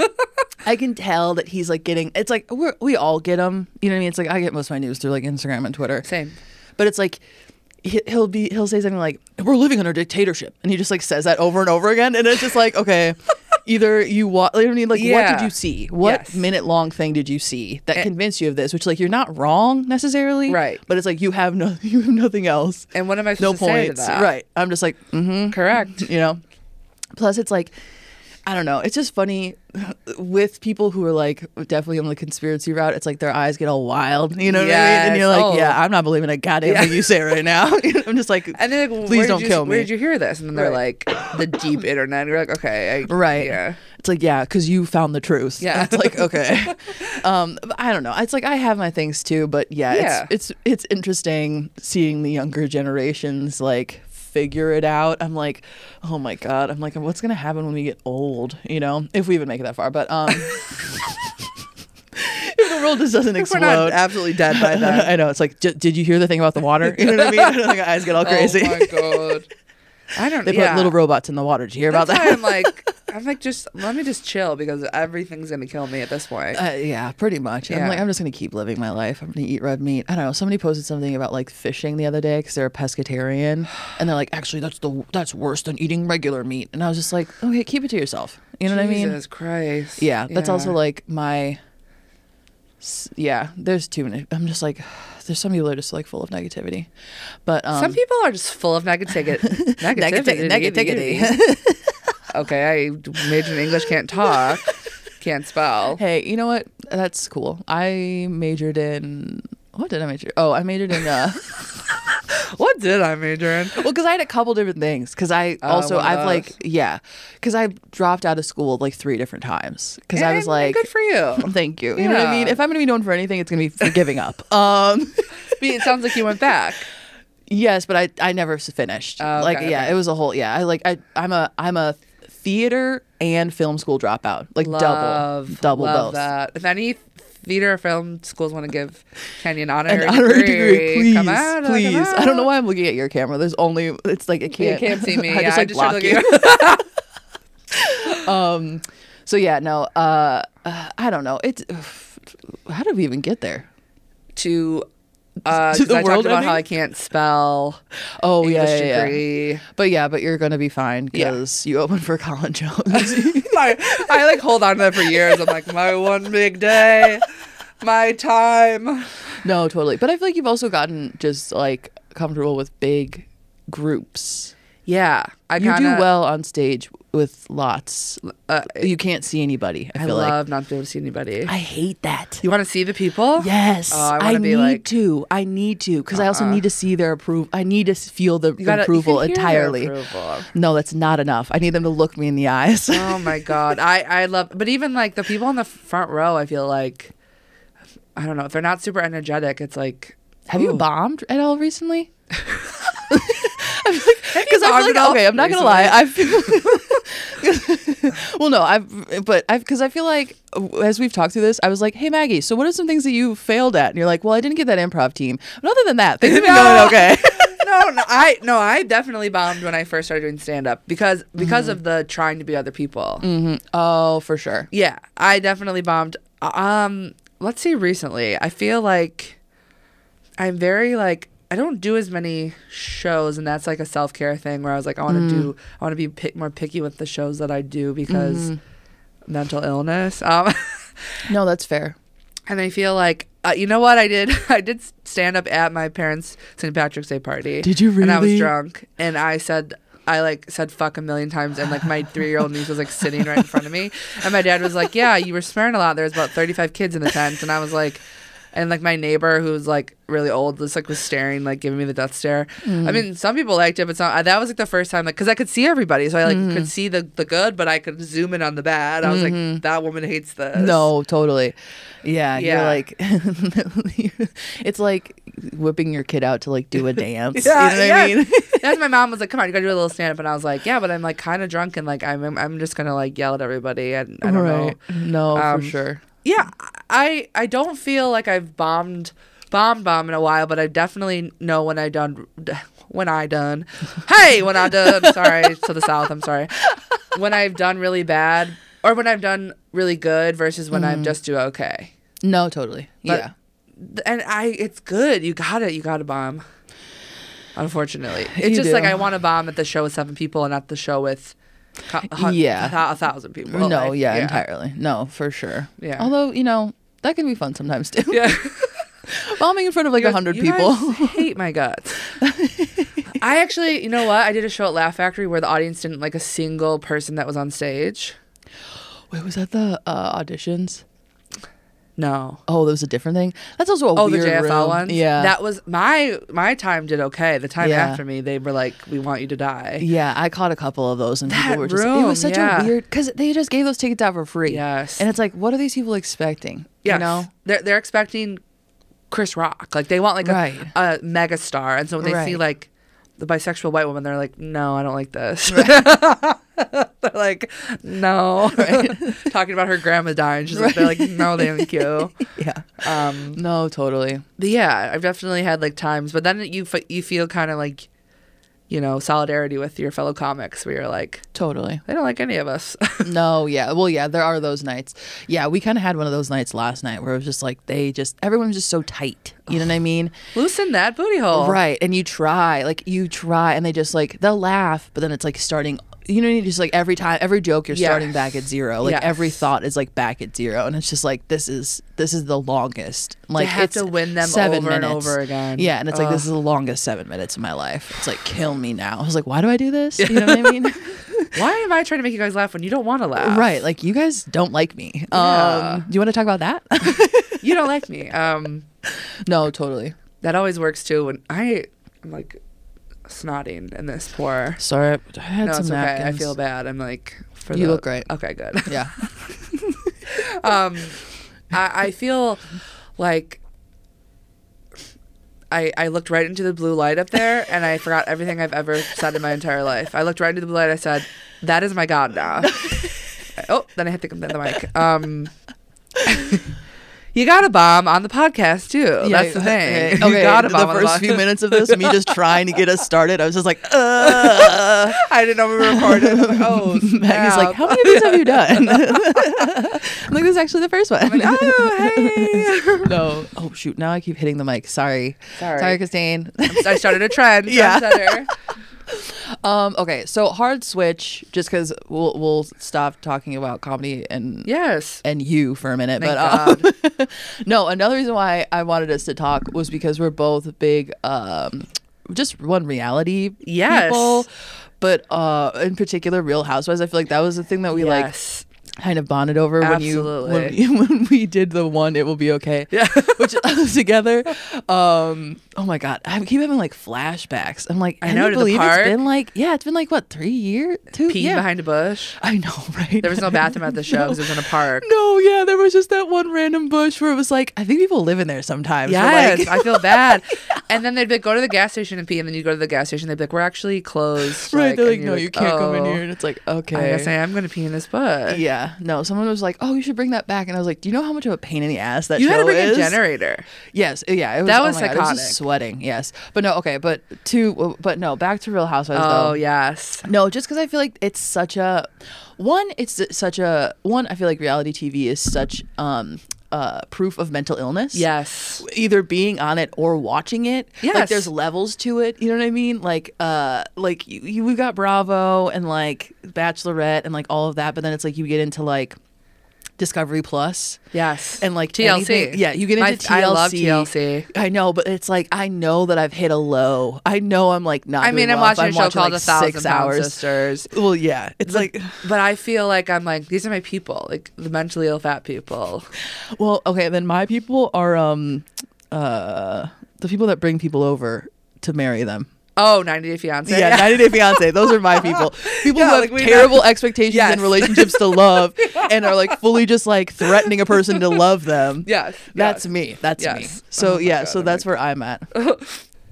[SPEAKER 2] I can tell that he's like getting it's like we're, we all get him. You know what I mean? It's like I get most of my news through like Instagram and Twitter.
[SPEAKER 3] Same.
[SPEAKER 2] But it's like he- he'll be he'll say something like we're living under dictatorship and he just like says that over and over again and it's just like okay either you wa- you know what I mean like what
[SPEAKER 3] Yeah.
[SPEAKER 2] did you see what
[SPEAKER 3] Yes.
[SPEAKER 2] minute long thing did you see that convinced you of this which like you're not wrong necessarily
[SPEAKER 3] Right.
[SPEAKER 2] but it's like you have no you have nothing else
[SPEAKER 3] And what am I
[SPEAKER 2] no
[SPEAKER 3] supposed to say to
[SPEAKER 2] points
[SPEAKER 3] that?
[SPEAKER 2] right I'm just like mhm
[SPEAKER 3] Correct.
[SPEAKER 2] you know plus it's like i don't know it's just funny with people who are like definitely on the conspiracy route it's like their eyes get all wild you know what i mean and
[SPEAKER 3] Yes.
[SPEAKER 2] you're like
[SPEAKER 3] Oh.
[SPEAKER 2] yeah i'm not believing a goddamn
[SPEAKER 3] Yeah.
[SPEAKER 2] thing you say right now i'm just like
[SPEAKER 3] And they're like, well,
[SPEAKER 2] Please
[SPEAKER 3] where did
[SPEAKER 2] don't
[SPEAKER 3] you,
[SPEAKER 2] kill me.
[SPEAKER 3] Where did you hear this? And then they're
[SPEAKER 2] Right.
[SPEAKER 3] like, the deep internet. And you're like, okay, I,
[SPEAKER 2] right
[SPEAKER 3] Yeah.
[SPEAKER 2] it's like yeah because you found the truth
[SPEAKER 3] Yeah.
[SPEAKER 2] it's like okay um but i don't know it's like i have my things too but yeah,
[SPEAKER 3] Yeah.
[SPEAKER 2] It's, it's it's interesting seeing the younger generations like figure it out i'm like oh my god i'm like what's gonna happen when we get old you know if we even make it that far but um if the world just doesn't
[SPEAKER 3] We're not
[SPEAKER 2] explode
[SPEAKER 3] absolutely dead by then.
[SPEAKER 2] I know. It's like, j- did you hear the thing about the water? You know what I mean? I think my eyes get all crazy.
[SPEAKER 3] Oh my god. I don't.
[SPEAKER 2] they put
[SPEAKER 3] yeah.
[SPEAKER 2] little robots in the water. Did you hear
[SPEAKER 3] That's
[SPEAKER 2] about
[SPEAKER 3] why
[SPEAKER 2] that?
[SPEAKER 3] I'm like, I'm like, just let me just chill because everything's gonna kill me at this point.
[SPEAKER 2] Uh, yeah, pretty much. I'm
[SPEAKER 3] Yeah.
[SPEAKER 2] like, I'm just gonna keep living my life. I'm gonna eat red meat. I don't know. Somebody posted something about like fishing the other day because they're a pescatarian, and they're like, actually, that's the that's worse than eating regular meat. And I was just like, okay, keep it to yourself. You know what I mean?
[SPEAKER 3] Jesus Christ.
[SPEAKER 2] Yeah, that's also like my. s- Yeah, there's too many. I'm just like, there's some people that are just like full of negativity, but um,
[SPEAKER 3] Some people are just full of negativity. negativity.
[SPEAKER 2] Negativity.
[SPEAKER 3] okay, I major in English, can't talk, can't spell.
[SPEAKER 2] Hey, you know what? That's cool. I majored in what did I major? Oh, I majored in uh
[SPEAKER 3] What did I major in?
[SPEAKER 2] well cuz I had a couple different things cuz I also
[SPEAKER 3] Oh, one of
[SPEAKER 2] I've like
[SPEAKER 3] those.
[SPEAKER 2] yeah, cuz I dropped out of school like 3 different times cuz I
[SPEAKER 3] And
[SPEAKER 2] was like
[SPEAKER 3] good for you.
[SPEAKER 2] thank you. You know what I
[SPEAKER 3] Yeah.
[SPEAKER 2] mean? If I'm going to be known for anything, it's going to be for giving up. Um
[SPEAKER 3] I mean, it sounds like you went back.
[SPEAKER 2] Yes, but I I never s- finished.
[SPEAKER 3] Oh, okay,
[SPEAKER 2] like yeah,
[SPEAKER 3] okay.
[SPEAKER 2] it was a whole yeah. I like I I'm a I'm a theater and film school dropout. Like
[SPEAKER 3] Love,
[SPEAKER 2] double double
[SPEAKER 3] love
[SPEAKER 2] both.
[SPEAKER 3] That. If any theater or film schools want to give Kenny an honorary,
[SPEAKER 2] an honorary degree, please,
[SPEAKER 3] come out, come
[SPEAKER 2] please. I don't know
[SPEAKER 3] out.
[SPEAKER 2] why I'm looking at your camera. There's only it's like it
[SPEAKER 3] You
[SPEAKER 2] can't.
[SPEAKER 3] can't see me.
[SPEAKER 2] I
[SPEAKER 3] yeah,
[SPEAKER 2] just like block you.
[SPEAKER 3] started looking-
[SPEAKER 2] um, so yeah, no. Uh, uh, I don't know. It's how did we even get there?
[SPEAKER 3] to uh,
[SPEAKER 2] To
[SPEAKER 3] 'cause
[SPEAKER 2] the
[SPEAKER 3] I
[SPEAKER 2] world
[SPEAKER 3] talked about how
[SPEAKER 2] ending?
[SPEAKER 3] I can't spell
[SPEAKER 2] Oh
[SPEAKER 3] English
[SPEAKER 2] yeah, yeah, yeah.
[SPEAKER 3] degree.
[SPEAKER 2] But yeah, but you're gonna be fine
[SPEAKER 3] Yeah.
[SPEAKER 2] because you opened for Colin Jones.
[SPEAKER 3] my, I like hold on to that for years. I'm like my one big day, my time.
[SPEAKER 2] no, totally. But I feel like you've also gotten just like comfortable with big groups.
[SPEAKER 3] Yeah, I
[SPEAKER 2] You
[SPEAKER 3] kinda-
[SPEAKER 2] do well on stage with lots.
[SPEAKER 3] Uh,
[SPEAKER 2] You can't see anybody. I,
[SPEAKER 3] I
[SPEAKER 2] feel like
[SPEAKER 3] love not being able to see anybody.
[SPEAKER 2] I hate that.
[SPEAKER 3] You want to see the people?
[SPEAKER 2] Yes,
[SPEAKER 3] Oh,
[SPEAKER 2] I,
[SPEAKER 3] I wanna be
[SPEAKER 2] need
[SPEAKER 3] like-
[SPEAKER 2] to. I need to because I also need to see their approval. I need to s- feel the
[SPEAKER 3] gotta- you
[SPEAKER 2] approval
[SPEAKER 3] can hear their
[SPEAKER 2] entirely.
[SPEAKER 3] approval.
[SPEAKER 2] No, that's not enough. I need them to look me in the eyes.
[SPEAKER 3] Oh my god, I I love. But even like the people in the front row, I feel like I don't know if they're not super energetic. It's like
[SPEAKER 2] Have you
[SPEAKER 3] ooh.
[SPEAKER 2] bombed at all recently?
[SPEAKER 3] Have you
[SPEAKER 2] Because I
[SPEAKER 3] bombed
[SPEAKER 2] feel like
[SPEAKER 3] at all
[SPEAKER 2] okay, I'm not gonna
[SPEAKER 3] recently?
[SPEAKER 2] lie. I feel well, no, I've but I've because I feel like uh, as we've talked through this, I was like, hey Maggie, so what are some things that you failed at? And you're like, well, I didn't get that improv team, but other than that, things have been going
[SPEAKER 3] No.
[SPEAKER 2] okay.
[SPEAKER 3] no, no, I no, I definitely bombed when I first started doing stand up because because of the trying to be other people.
[SPEAKER 2] oh, for sure.
[SPEAKER 3] Yeah, I definitely bombed. Um, let's see. Recently, I feel like I'm very like I don't do as many shows, and that's like a self care thing where I was like I want to do I want to be pick, more picky with the shows that I do because mental illness. Um,
[SPEAKER 2] No, that's fair.
[SPEAKER 3] and I feel like uh, you know what I did? I did stand up at my parents' St. Patrick's Day party.
[SPEAKER 2] Did you
[SPEAKER 3] And I was
[SPEAKER 2] really?
[SPEAKER 3] drunk, and I said. I like said fuck a million times, and like my three year old niece was like sitting right in front of me, and my dad was like, "Yeah, you were swearing a lot. There was about thirty five kids in the tent," and I was like, and like my neighbor who's like really old just like was staring like giving me the death stare
[SPEAKER 2] Mm.
[SPEAKER 3] i mean some people liked it but some, I- that was like the first time like because i could see everybody so i like
[SPEAKER 2] Mm-hmm.
[SPEAKER 3] could see the, the good but i could zoom in on the bad i was like that woman hates this
[SPEAKER 2] No, totally. Yeah, you're
[SPEAKER 3] Yeah.
[SPEAKER 2] like, it's like whipping your kid out to like do a dance.
[SPEAKER 3] yeah,
[SPEAKER 2] you know what I
[SPEAKER 3] yeah.
[SPEAKER 2] mean?
[SPEAKER 3] That's my mom was like, "Come on, you gotta do a little stand up," and I was like, "Yeah, but I'm like kind of drunk and like I'm I'm- I'm just gonna like yell at everybody and I don't know."
[SPEAKER 2] No,
[SPEAKER 3] Um,
[SPEAKER 2] for sure.
[SPEAKER 3] Yeah, I I don't feel like I've bombed bombed bomb in a while, but I definitely know when I done when I done. Hey, when I done. Sorry to the south. I'm sorry. When I've done really bad or when I've done really good versus when I'm just do okay.
[SPEAKER 2] No, totally.
[SPEAKER 3] But-
[SPEAKER 2] yeah.
[SPEAKER 3] and I it's good. You got it. You got to bomb. Unfortunately, it's
[SPEAKER 2] You
[SPEAKER 3] just like
[SPEAKER 2] do.
[SPEAKER 3] I want to bomb at the show with seven people and at the show with co- hun-
[SPEAKER 2] Yeah.
[SPEAKER 3] a, thou- a thousand people.
[SPEAKER 2] no,
[SPEAKER 3] Like,
[SPEAKER 2] yeah, entirely. No, for sure.
[SPEAKER 3] Yeah.
[SPEAKER 2] Although, you know, that can be fun sometimes too.
[SPEAKER 3] Yeah,
[SPEAKER 2] Bombing in front of like a hundred
[SPEAKER 3] You guys
[SPEAKER 2] people.
[SPEAKER 3] hate my guts. I actually, you know what? I did a show at Laugh Factory where the audience didn't like a single person that was on stage.
[SPEAKER 2] Wait, was that the uh, auditions?
[SPEAKER 3] No.
[SPEAKER 2] Oh, that was a different thing. That's also a
[SPEAKER 3] Oh,
[SPEAKER 2] weird
[SPEAKER 3] the JFL
[SPEAKER 2] room.
[SPEAKER 3] ones.
[SPEAKER 2] Yeah.
[SPEAKER 3] that was my my time did okay. The time
[SPEAKER 2] Yeah.
[SPEAKER 3] after me, they were like, "We want you to die."
[SPEAKER 2] yeah, I caught a couple of those, and
[SPEAKER 3] That
[SPEAKER 2] people were just. it
[SPEAKER 3] room,
[SPEAKER 2] was such
[SPEAKER 3] yeah.
[SPEAKER 2] a weird because they just gave those tickets out for free.
[SPEAKER 3] Yes.
[SPEAKER 2] and it's like, what are these people expecting?
[SPEAKER 3] Yes.
[SPEAKER 2] You know,
[SPEAKER 3] they're they're expecting Chris Rock. Like they want like
[SPEAKER 2] Right.
[SPEAKER 3] a, a mega star, and so when they see
[SPEAKER 2] Right.
[SPEAKER 3] like the bisexual white woman, they're like, no, I don't like this. they're like, no. Talking about her grandma dying, she's like, they're like, no, thank you.
[SPEAKER 2] yeah,
[SPEAKER 3] Um,
[SPEAKER 2] no, totally.
[SPEAKER 3] but yeah, I've definitely had like times, but then you f- you feel kind of like, you know, solidarity with your fellow comics, where you're like,
[SPEAKER 2] Totally.
[SPEAKER 3] they don't like any of us.
[SPEAKER 2] No, yeah. Well, yeah, there are those nights. Yeah, we kind of had one of those nights last night where it was just like they just everyone's just so tight. You know what I mean?
[SPEAKER 3] Loosen that booty hole,
[SPEAKER 2] Right. And you try, like you try and they just like they'll laugh, but then it's like starting you know, you just like every time every joke you're
[SPEAKER 3] Yes.
[SPEAKER 2] starting back at zero. Like
[SPEAKER 3] Yes.
[SPEAKER 2] every thought is like back at zero and it's just like this is this is the longest. Like
[SPEAKER 3] have
[SPEAKER 2] it's
[SPEAKER 3] to win them
[SPEAKER 2] seven
[SPEAKER 3] over and
[SPEAKER 2] minutes.
[SPEAKER 3] over again.
[SPEAKER 2] Yeah, and it's like this is the longest 7 minutes of my life. It's like kill me now. I was like, why do I do this? You know what I mean?
[SPEAKER 3] Why am I trying to make you guys laugh when you don't want to laugh?
[SPEAKER 2] Right. Like you guys don't like me.
[SPEAKER 3] Ah. Yeah.
[SPEAKER 2] Um do you want to talk about that?
[SPEAKER 3] you don't like me. Um,
[SPEAKER 2] no, totally.
[SPEAKER 3] that always works too. When I, I'm like snotting in this pour.
[SPEAKER 2] Sorry. I had
[SPEAKER 3] No,
[SPEAKER 2] some
[SPEAKER 3] it's okay.
[SPEAKER 2] napkins.
[SPEAKER 3] I feel bad. I'm like, for
[SPEAKER 2] You
[SPEAKER 3] the-
[SPEAKER 2] look great.
[SPEAKER 3] Okay, good.
[SPEAKER 2] Yeah.
[SPEAKER 3] um, I, I feel like. I, I looked right into the blue light up there and I forgot everything I've ever said in my entire life. I looked right into the blue light. I said, That is my God now. oh, then I had to come to the mic. Um, you got a bomb on the podcast too. Oh, That's the
[SPEAKER 2] Okay,
[SPEAKER 3] thing. you got a
[SPEAKER 2] the
[SPEAKER 3] bomb on the
[SPEAKER 2] first
[SPEAKER 3] podcast.
[SPEAKER 2] few minutes of this, me just trying to get us started, I was just like, uh.
[SPEAKER 3] I didn't know we were recording. I'm like, oh,
[SPEAKER 2] Maggie's like,
[SPEAKER 3] snap.
[SPEAKER 2] how many of these have you done? I'm like, this is actually the first one.
[SPEAKER 3] Like, oh, hey.
[SPEAKER 2] no. Oh, shoot. Now I keep hitting the mic. Sorry.
[SPEAKER 3] Sorry.
[SPEAKER 2] Sorry, Christine.
[SPEAKER 3] I started a trend.
[SPEAKER 2] Yeah.
[SPEAKER 3] trendsetter.
[SPEAKER 2] um, okay. So, hard switch, just because we'll, we'll stop talking about comedy and
[SPEAKER 3] Yes.
[SPEAKER 2] and you for a minute.
[SPEAKER 3] Thank
[SPEAKER 2] but um, no, another reason why I wanted us to talk was because we're both big, um, just one reality
[SPEAKER 3] Yes.
[SPEAKER 2] people. But uh, in particular, Real Housewives, I feel like that was the thing that we
[SPEAKER 3] yes.
[SPEAKER 2] like kind of bonded over when
[SPEAKER 3] Absolutely.
[SPEAKER 2] you when, when we did the one. It will be okay.
[SPEAKER 3] Yeah.
[SPEAKER 2] Which uh, together, um, oh my god, I keep having like flashbacks. I'm like,
[SPEAKER 3] I
[SPEAKER 2] I
[SPEAKER 3] know,
[SPEAKER 2] know.
[SPEAKER 3] to the
[SPEAKER 2] Believe
[SPEAKER 3] park.
[SPEAKER 2] it's been like, yeah, it's been like what three years, two,
[SPEAKER 3] Peeing
[SPEAKER 2] yeah.
[SPEAKER 3] behind a bush.
[SPEAKER 2] I know, right?
[SPEAKER 3] There was no bathroom at the show because it was in a park.
[SPEAKER 2] No, yeah, there was just that one random bush where it was like, I think people live in there sometimes. We're
[SPEAKER 3] Yes,
[SPEAKER 2] like,
[SPEAKER 3] I feel bad. And then they'd be like, go to the gas station and pee, and then you go to the gas station. They'd be like, we're actually closed.
[SPEAKER 2] right? they're
[SPEAKER 3] and
[SPEAKER 2] like,
[SPEAKER 3] you're
[SPEAKER 2] no, you can't come in
[SPEAKER 3] oh,
[SPEAKER 2] here, and it's like, okay.
[SPEAKER 3] I guess I am gonna pee in this bush.
[SPEAKER 2] yeah, no. Someone was like, "Oh, you should bring that back," and I was like, "Do you know how much of a pain in the ass that
[SPEAKER 3] You
[SPEAKER 2] show
[SPEAKER 3] had to bring
[SPEAKER 2] is?"
[SPEAKER 3] a generator.
[SPEAKER 2] Yes, yeah, it was,
[SPEAKER 3] That
[SPEAKER 2] oh
[SPEAKER 3] was
[SPEAKER 2] my God, it was just
[SPEAKER 3] psychotic.
[SPEAKER 2] sweating. Yes, but no, okay, but to but no, back to Real Housewives.
[SPEAKER 3] Oh
[SPEAKER 2] though.
[SPEAKER 3] yes.
[SPEAKER 2] No, just because I feel like it's such a one. It's such a one. I feel like reality TV is such um uh proof of mental illness.
[SPEAKER 3] Yes.
[SPEAKER 2] either being on it or watching it.
[SPEAKER 3] Yes.
[SPEAKER 2] Like there's levels to it. You know what I mean? Like uh like you, you we've got Bravo and like Bachelorette and like all of that, but then it's like you get into like Discovery Plus.
[SPEAKER 3] Yes.
[SPEAKER 2] And like
[SPEAKER 3] TLC.
[SPEAKER 2] anything- yeah, you get
[SPEAKER 3] My-
[SPEAKER 2] into TLC.
[SPEAKER 3] I love TLC.
[SPEAKER 2] I know, but it's like I know that I've hit a low. I know I'm like not.
[SPEAKER 3] I mean,
[SPEAKER 2] doing
[SPEAKER 3] I'm
[SPEAKER 2] well if
[SPEAKER 3] watching a show called
[SPEAKER 2] like,
[SPEAKER 3] A Thousand
[SPEAKER 2] six
[SPEAKER 3] Pound
[SPEAKER 2] hours.
[SPEAKER 3] Sisters.
[SPEAKER 2] Well, yeah, it's like
[SPEAKER 3] But I feel like I'm like, these are my people, like the mentally ill fat people.
[SPEAKER 2] Well, okay, then my people are um uh the people that bring people over to marry them.
[SPEAKER 3] Oh, 90 Day Fiance.
[SPEAKER 2] Yeah, 90 Day Fiance. Those are my people. People
[SPEAKER 3] Yeah,
[SPEAKER 2] who have
[SPEAKER 3] like we-
[SPEAKER 2] terrible expectations
[SPEAKER 3] Yes.
[SPEAKER 2] and relationships to love and are like fully just like threatening a person to love them.
[SPEAKER 3] Yes.
[SPEAKER 2] That's
[SPEAKER 3] yes.
[SPEAKER 2] me. That's me.
[SPEAKER 3] Yes.
[SPEAKER 2] So
[SPEAKER 3] Oh my
[SPEAKER 2] yeah,
[SPEAKER 3] God,
[SPEAKER 2] so
[SPEAKER 3] oh my
[SPEAKER 2] that's where I'm at.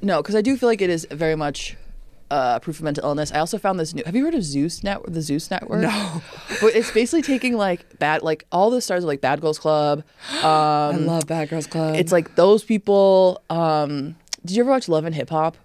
[SPEAKER 2] no, because I do feel like it is very much uh, proof of mental illness. I also found this new. Have you heard of Zeus Network? The Zeus Network. No, but it's basically taking like bad, like all the stars of like Bad Girls Club.
[SPEAKER 3] I
[SPEAKER 2] Um,
[SPEAKER 3] love Bad Girls Club.
[SPEAKER 2] it's like those people. Um, did you ever watch Love and Hip Hop?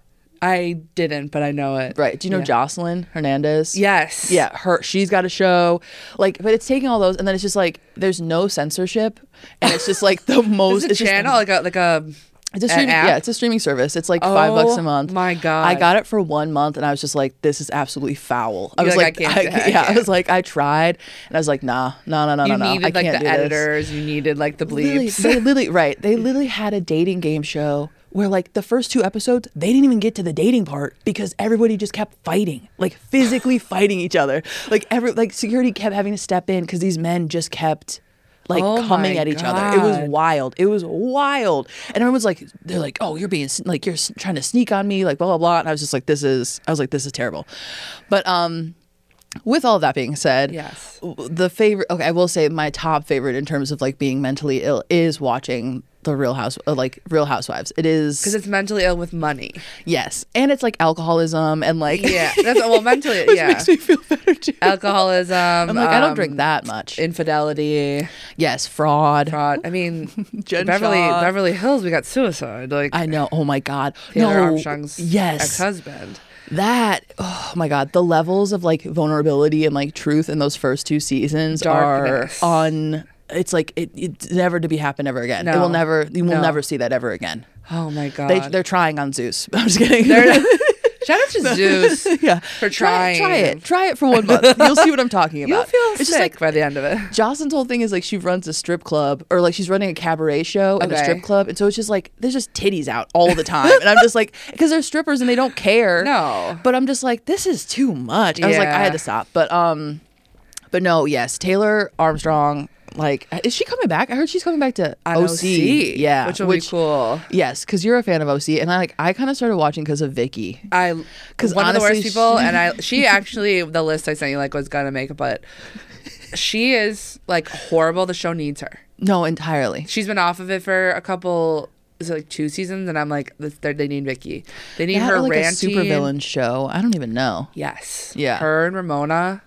[SPEAKER 3] I didn't, but I know it.
[SPEAKER 2] Right. Do you know
[SPEAKER 3] Yeah.
[SPEAKER 2] Jocelyn Hernandez?
[SPEAKER 3] Yes.
[SPEAKER 2] Yeah, her she's got a show. Like, but it's taking all those and then it's just like there's no censorship and it's just like the most
[SPEAKER 3] Is it a
[SPEAKER 2] it's just-
[SPEAKER 3] channel like a like a
[SPEAKER 2] It's a
[SPEAKER 3] An
[SPEAKER 2] streaming,
[SPEAKER 3] app?
[SPEAKER 2] yeah, it's a streaming service. It's like five bucks
[SPEAKER 3] Oh
[SPEAKER 2] a month.
[SPEAKER 3] my God.
[SPEAKER 2] I got it for one month, and I was just like, "This is absolutely foul." I
[SPEAKER 3] You're
[SPEAKER 2] was
[SPEAKER 3] like, "I can't do that, I
[SPEAKER 2] yeah, I
[SPEAKER 3] can't."
[SPEAKER 2] was like, I tried, and I was like, "Nah, no, no, no, no,
[SPEAKER 3] you
[SPEAKER 2] no,
[SPEAKER 3] needed
[SPEAKER 2] I
[SPEAKER 3] like
[SPEAKER 2] can't
[SPEAKER 3] the
[SPEAKER 2] do this."
[SPEAKER 3] editors, you needed like the
[SPEAKER 2] Literally,
[SPEAKER 3] bleeps.
[SPEAKER 2] they literally, right? They literally had a dating game show where, like, the first two episodes, they didn't even get to the dating part because everybody just kept fighting, like physically fighting each other. Like every, like security kept having to step in because these men just kept. Like
[SPEAKER 3] Oh
[SPEAKER 2] coming
[SPEAKER 3] my
[SPEAKER 2] at each other, it was
[SPEAKER 3] God.
[SPEAKER 2] wild. It was wild, and everyone's like, "They're like, oh, you're being s- like you're s- trying to sneak on me, like blah blah blah." And I was just like, "This is," I was like, "This is terrible," but um, with all that being said,
[SPEAKER 3] Yes.
[SPEAKER 2] w- the favorite. Okay, I will say my top favorite in terms of like being mentally ill is watching the Real House, uh, like Real Housewives. It is
[SPEAKER 3] Because it's mentally ill with money.
[SPEAKER 2] yes, and it's like alcoholism and like
[SPEAKER 3] Yeah. That's well mentally
[SPEAKER 2] which
[SPEAKER 3] yeah.
[SPEAKER 2] makes me feel better too.
[SPEAKER 3] Alcoholism.
[SPEAKER 2] I'm like I don't
[SPEAKER 3] um,
[SPEAKER 2] drink that much.
[SPEAKER 3] Infidelity.
[SPEAKER 2] yes, fraud.
[SPEAKER 3] Fraud. I mean
[SPEAKER 2] Jen
[SPEAKER 3] Beverly
[SPEAKER 2] Shaw.
[SPEAKER 3] Beverly Hills, we got suicide. Like
[SPEAKER 2] I know. Oh my God.
[SPEAKER 3] Taylor
[SPEAKER 2] no.
[SPEAKER 3] Armstrong's ex
[SPEAKER 2] yes.
[SPEAKER 3] husband.
[SPEAKER 2] That. Oh my God. The levels of like vulnerability and like truth in those first two seasons
[SPEAKER 3] Darkness.
[SPEAKER 2] are on. It's like it, it's never to be happened ever again. It
[SPEAKER 3] No.
[SPEAKER 2] will never. You will
[SPEAKER 3] No.
[SPEAKER 2] never see that ever again.
[SPEAKER 3] Oh my god.
[SPEAKER 2] They, they're trying on Zeus. I'm just kidding.
[SPEAKER 3] They're- Shout out to Zeus.
[SPEAKER 2] yeah,
[SPEAKER 3] For
[SPEAKER 2] Try- Try,
[SPEAKER 3] trying.
[SPEAKER 2] it. Try it for one month. You'll see what I'm talking about.
[SPEAKER 3] You'll feel
[SPEAKER 2] it's
[SPEAKER 3] sick
[SPEAKER 2] just like
[SPEAKER 3] by the end of it.
[SPEAKER 2] Jocelyn's whole thing is like she runs a strip club or like she's running a cabaret show and a
[SPEAKER 3] Okay.
[SPEAKER 2] strip club. And so it's just like there's just titties out all the time. and I'm just like, because they're strippers and they don't care.
[SPEAKER 3] No.
[SPEAKER 2] But I'm just like, this is too much. I was like, I
[SPEAKER 3] Yeah.
[SPEAKER 2] had to stop. But, um, but no, yes, Taylor Armstrong. Like, is she coming back? I heard she's coming back to
[SPEAKER 3] On
[SPEAKER 2] OC. Yeah.
[SPEAKER 3] Which will be cool.
[SPEAKER 2] Yes, because you're a fan of OC, and I like I kind of started watching because of Vicky.
[SPEAKER 3] I
[SPEAKER 2] 'Cause
[SPEAKER 3] because one of the worst
[SPEAKER 2] honestly,
[SPEAKER 3] people,
[SPEAKER 2] she-
[SPEAKER 3] and I she actually the list I sent you like was gonna make it, but she is like horrible. The show needs her.
[SPEAKER 2] No, entirely.
[SPEAKER 3] She's been off of it for a couple, is it like two seasons, and I'm like, this- they they need Vicky. They need
[SPEAKER 2] They had
[SPEAKER 3] her
[SPEAKER 2] like a
[SPEAKER 3] ranting.
[SPEAKER 2] supervillain show. I don't even know.
[SPEAKER 3] Yes.
[SPEAKER 2] Yeah.
[SPEAKER 3] Her and Ramona.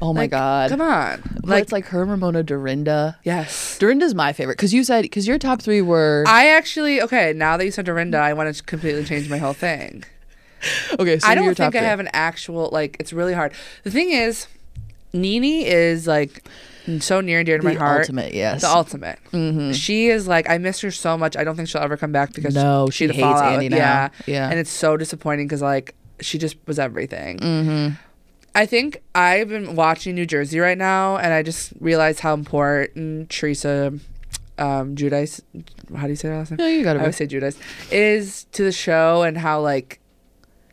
[SPEAKER 2] Oh my god.
[SPEAKER 3] Come on.
[SPEAKER 2] Well, it's like her, Ramona, Dorinda.
[SPEAKER 3] yes.
[SPEAKER 2] Dorinda's my favorite because you said because your top three were
[SPEAKER 3] I actually okay. Now that you said Dorinda, I want to completely change my whole thing.
[SPEAKER 2] okay. So
[SPEAKER 3] I don't
[SPEAKER 2] your
[SPEAKER 3] think
[SPEAKER 2] top
[SPEAKER 3] I
[SPEAKER 2] three.
[SPEAKER 3] have an actual like. It's really hard. The thing is, Nini is like so near and dear to
[SPEAKER 2] the
[SPEAKER 3] my heart.
[SPEAKER 2] ultimate. Yes. Mm-hmm.
[SPEAKER 3] The ultimate. She is like I miss her so much. I don't think she'll ever come back because
[SPEAKER 2] No,
[SPEAKER 3] she,
[SPEAKER 2] she
[SPEAKER 3] had a
[SPEAKER 2] hates
[SPEAKER 3] fallout.
[SPEAKER 2] Andy now.
[SPEAKER 3] Yeah,
[SPEAKER 2] Yeah.
[SPEAKER 3] and it's so disappointing because like she just was everything. Mm-hmm. I think I've been watching New Jersey right now, and I just realized how important Teresa um, Judice. How do you say her last name?
[SPEAKER 2] No, you got
[SPEAKER 3] I would
[SPEAKER 2] it.
[SPEAKER 3] say Judas is to the show and how like